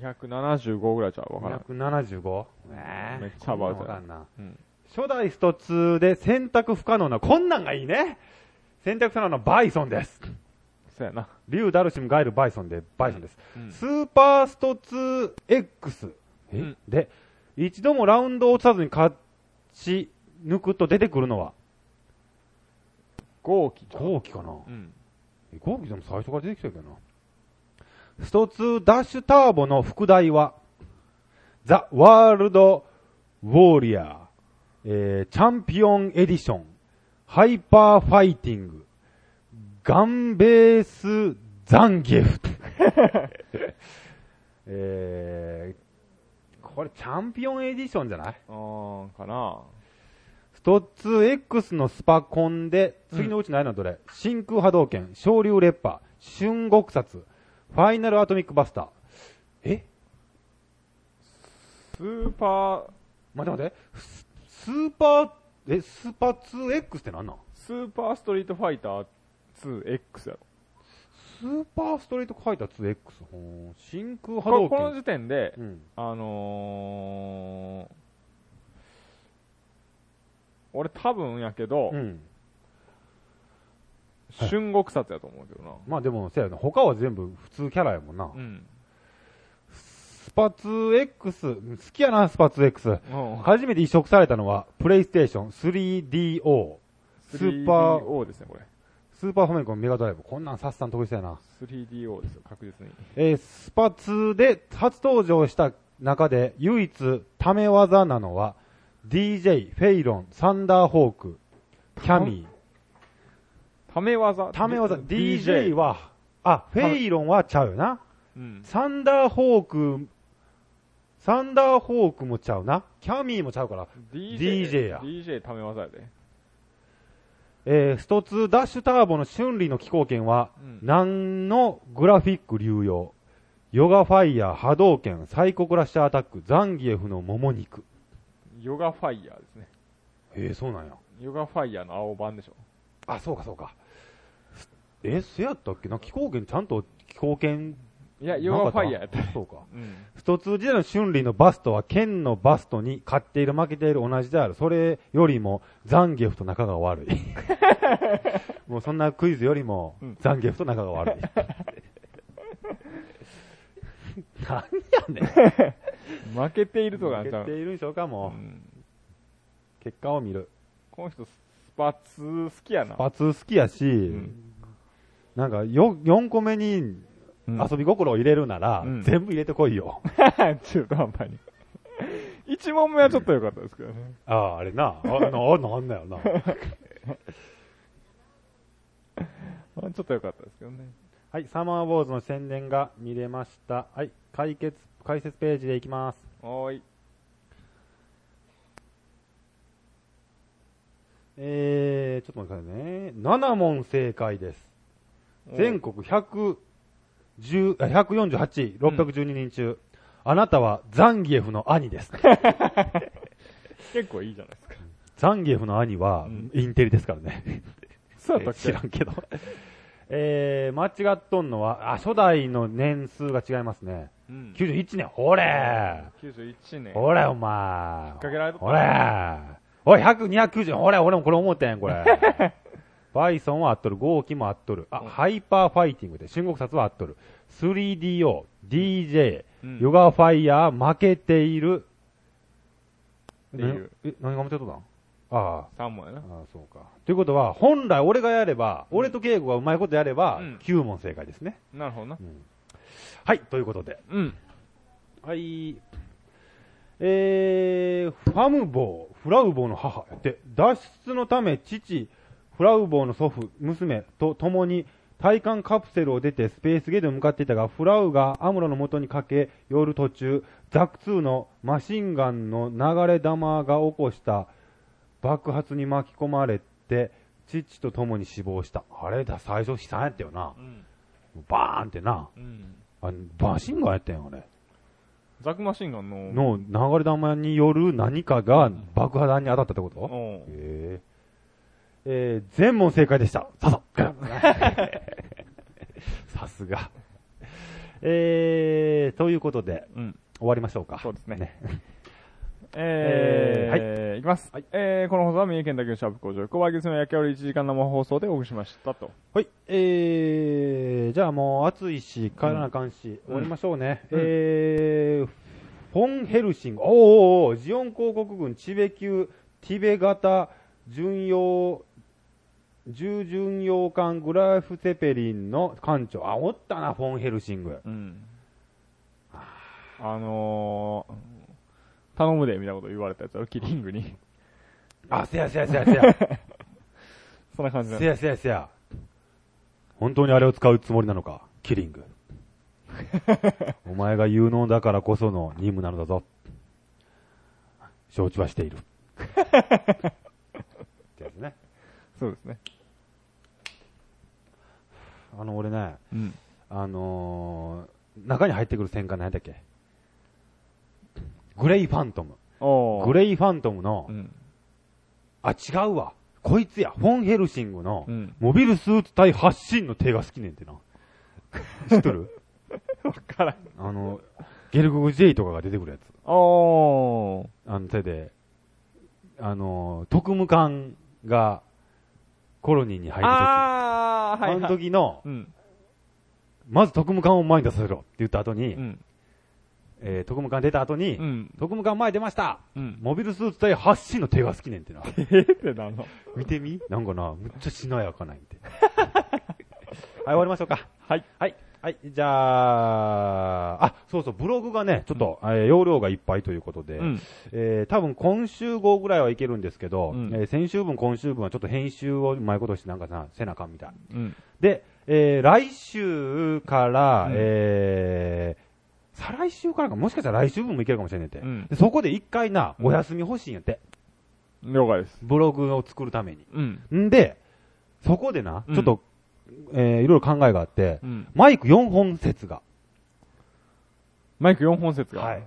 275ぐらいじゃわからん。 275? ねえめっちゃバズるこんなんわかんな。うん初代スト2で選択不可能な、こんなんがいいね選択不可能なバイソンです。そうやな。リュウ・ダルシム・ガイル・バイソンで、バイソンです。うんスーパースト 2X えうんで、一度もラウンドを落とさずに勝ち抜くと出てくるのは、号機。後期かなうん。え後期でも最初から出てきたけどな。スト2ダッシュターボの副題は、ザ・ワールド・ウォーリアー、えー、チャンピオン・エディション、ハイパー・ファイティング、ガンベース・ザンギエフ。 えー、これチャンピオンエディションじゃないあー、かな。ストッツー X のスパコンで、次のうち何などれ、真空波動拳、昇竜烈波、春極殺、ファイナルアトミックバスター。えスーパー、待って待って、ススーパー、え、スーパー 2X って何なんスーパーストリートファイター 2X やろ。スーパーストリートファイター 2X。ほー真空こ波動この拳。時点で、うん。あのー、俺多分やけど、うん。春国殺やと思うけどな。まあでも、せやな。他は全部普通キャラやもんな。うん。スパ 2X、好きやな、スパ 2X。うん初めて移植されたのは、プレイステーション 3DO。スーパー 3DO ですね、これ。スーパーファミコンメガドライブ。こんなんさっさん得意したやな。 3DO ですよ、確実に。えースパ2で初登場した中で唯一ため技なのは、DJ、フェイロン、サンダーホーク、キャミー。ため技。ため技、DJ。は、あ、フェイロンはちゃうよな。うん。サンダーホーク、サンダーホークもちゃうな。キャミーもちゃうから。DJ や DJ ため技やで。えースト2ダッシュターボの春里の気候圏は、うん。何のグラフィック流用ヨガファイヤー、波動拳、サイコクラッシャーアタック、ザンギエフのもも肉。ヨガファイヤーですね。えー、そうなんや。ヨガファイヤーの青版でしょ。あ、そうかそうか。えー、せやったっけな気候圏ちゃんと気候圏いや、ヨガファイヤーやった。そうか。うん。スト2時代の春里のバストは剣のバストに勝っている負けている同じである。それよりもザンギエフと仲 が悪い。もうそんなクイズよりもうんザンギエフと仲 が悪い。 何負けているとかなん負ちゃけてう。いるんでしょうか、うもう。ん。結果を見る。この人、スパツ好きやな。パツ好きやし、うんなんかよ4個目にうん遊び心を入れるなら、うん全部入れてこいよ。中途半端に。 一問目はちょっと良かったですけどね。ああ、あれな。あなあなんだよな。 まあちょっと良かったですけどね。はい、サマーウォーズの宣伝が見れました。はい、解決、解説ページでいきます。おーい。えー、ちょっと待ってくださいね。7問正解です。全国110あ148、612人中、あなたはザンギエフの兄です。結構いいじゃないですか。ザンギエフの兄はうんインテリですからね。そうやったっ 知けら んけど。えー、間違っとんのは、あ、初代の年数が違いますね。うん。 91年、ほれ91年。ほれお引前っ掛けられとったほれおい、100、290、ほれ俺もこれ思ってん、これ。バイソンはあっとる、ゴーキもあっとる、あ、うんハイパーファイティングで、春国殺はあっとる、3DO、DJ、うんヨガファイヤー、負けている、っていうえ。え、何が負けとったんああ。 3問やな。ああ、そうか。ということは、本来俺がやれば、俺と稽古がうまいことやれば、うん9問正解ですね。なるほどな。はい、ということで。うん。はい。えー、ファムボー、フラウボーの母やって、脱出のため父、フラウボーの祖父、娘と共に体幹カプセルを出てスペースゲートに向かっていたが、フラウがアムロの元にかけ、夜途中、ザク2のマシンガンの流れ弾が起こした爆発に巻き込まれて、父と共に死亡した。あれだ、最初悲惨やったよなう。ん。バーンってな。うん。あのバシンガンやったんよ、あれ。ザクマシンガンの、の流れ弾による何かが爆破弾に当たったってことおうへえ。えー、全問正解でした。さ ささすが。えー、ということで、うん。終わりましょうか。そうですね。ねえー、えい。きます。はいえー、この放送は三重県だけのシャープ工場、小林の焼き鳥1時間生放送でお送りしましたと。はい、えー、じゃあもう暑いし、帰らなあかんし、うん終わりましょうね。うんえー、フォンヘルシング、おーおーおージオン広告軍、チベ級、ティベ型、巡洋、重巡洋艦グラフセペリンの艦長。あ、おったな、フォンヘルシング。うん。あのー、頼むで、みたいなこと言われたやつをキリングに。 あ、せやせやせやせや。そんな感じなせやせやせや。本当にあれを使うつもりなのか、キリ ング。お前が有能だからこその任務なのだぞ。承知はして いる。ってやつね。そうですね。あの、俺ね、うん。あのー中に入ってくる戦艦何やったっけグレイファントム。おグレレイファントムの、うん。あ、違うわ。こいつや、フォンヘルシングのう、ん。モビルスーツ隊発進の手が好きねんってな。知っとるわからん。あの、ゲルググ J とかが出てくるやつ。おー。あの手で、あの、特務艦がコロニーに入るとき、あー、はい、あのはい。時の、うん。まず特務艦を前に出させろって言った後に、うん。えー特務艦出た後に、うん。特務艦前出ましたうん。モビルスーツ隊発進の手が好きね んってな。えーってなんの見てみなんかな、むっちゃしなやかないん で。はい、終わりましょうか。はい。はい。はい、じゃあ、あ、そうそう、ブログがね、ちょっと、えー容量がいっぱいということで、うん。えー多分今週号ぐらいはいけるんですけど、うんえー先週分、今週分はちょっと編集をうまいことしてなんかさ、せなあかんみたい。うん。で、えー来週から、うんえー再来週からか、もしかしたら来週分もいけるかもしれないって。うんでそこで一回な、うんお休み欲しいんやって。了解です。ブログを作るために。うん。んで、そこでな、うんちょっと、えーいろいろ考えがあって、うん。マイク4本説が、マイク4本説が。はい。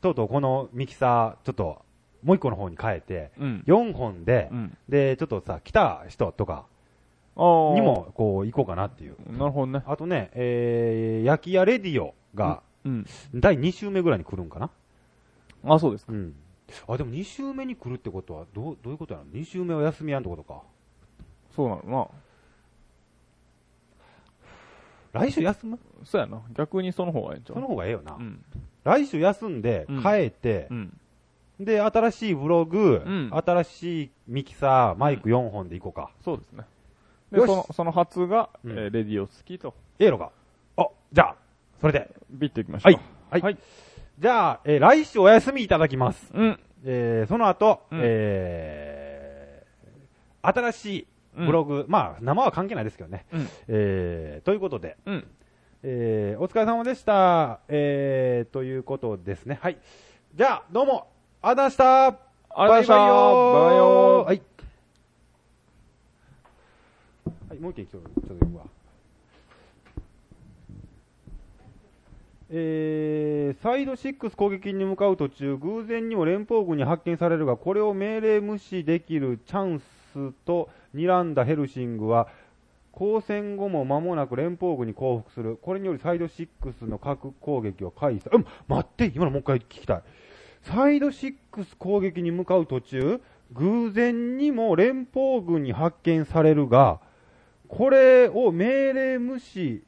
とうとうこのミキサー、ちょっと、もう一個の方に変えて、うん。 4本で、うん。で、ちょっとさ、来た人とかああ。に。も、こう、行こうかなっていう。なるほどね。あとね、えー、焼き屋レディオが、うん。第2週目ぐらいに来るんかなあ、そうですか。うん。あ、でも2週目に来るってことは、どう、どういうことなの ?2 週目は休みやんってことか。そうなの来週休むな。そうやな。逆にその方がええんちゃうその方がええよな。うん。来週休んでうん、帰ってう、ん。で、新しいブログ、うん新しいミキサー、マイク4本で行こうか。そうですね。で、よしその、その初が、えうんーレディオ好きと、ええのかあ、じゃあ、それで。ビッといきましょはう。い。。はい。はいじゃあ、えー来週お休みいただきます。うん。えーその後、うんえー新しいうんブログ、まあ、生は関係ないですけどね。うんえーということで、うん。えーお疲れ様でした。えーということですね。はい。じゃあ、どうも、ありがとうごあざいました。りがとうございましたバイバイよーバイバイよーはい。はい、もう一件来てる。ちょっと行くわ。えーサイド6攻撃に向かう途中、偶然にも連邦軍に発見されるが、これを命令無視できるチャンスと睨んだヘルシングは、交戦後も間もなく連邦軍に降伏する。これによりサイド6の核攻撃は回避さ、うん、待って、今のもう一回聞きたい。サイド6攻撃に向かう途中、偶然にも連邦軍に発見されるが、これを命令無視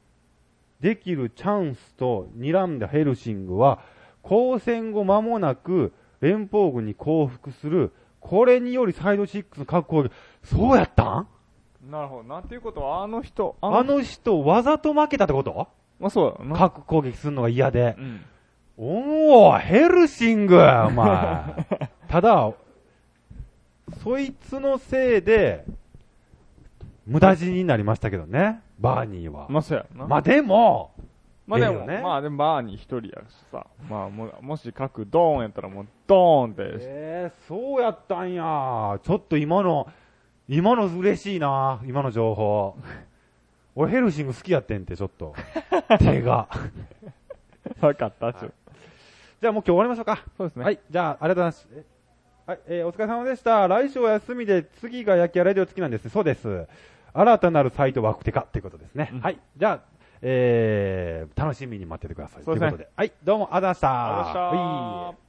できるチャンスと睨んだヘルシングは、交戦後間もなく連邦軍に降伏する。これによりサイド6の核攻撃、そうやったんなるほど。なんていうことは、あの人、あの人、わざと負けたってことまあそうだな。核攻撃するのが嫌でう。ん。おお、ヘルシング、お前。ただ、そいつのせいで、無駄死になりましたけどね、バーニーは。まあそうやな。まあでも、まあで出るも、よねまあでもバーに一人やしさ。まあもうもし書くドーンやったらもうドーンって。えー、そうやったんや。ちょっと今の、今の嬉しいな、今の 情報。俺ヘルシング好きやってんって、ちょっと。手が。わかったっちゅうじゃあもう今日終わりましょうか。そうですね。はい、じゃあ、ありがとうございます。えはい、えーお疲れ様でした。来週お休みで、次が焼きやレディオ付きなんですね。そうです。新たなるサイトワクテカっていうことですね。うんはい、じゃあ、えー、楽しみに待っててください。そうですねということで。はい、どうもありがとうございました。ありがとうございましたはい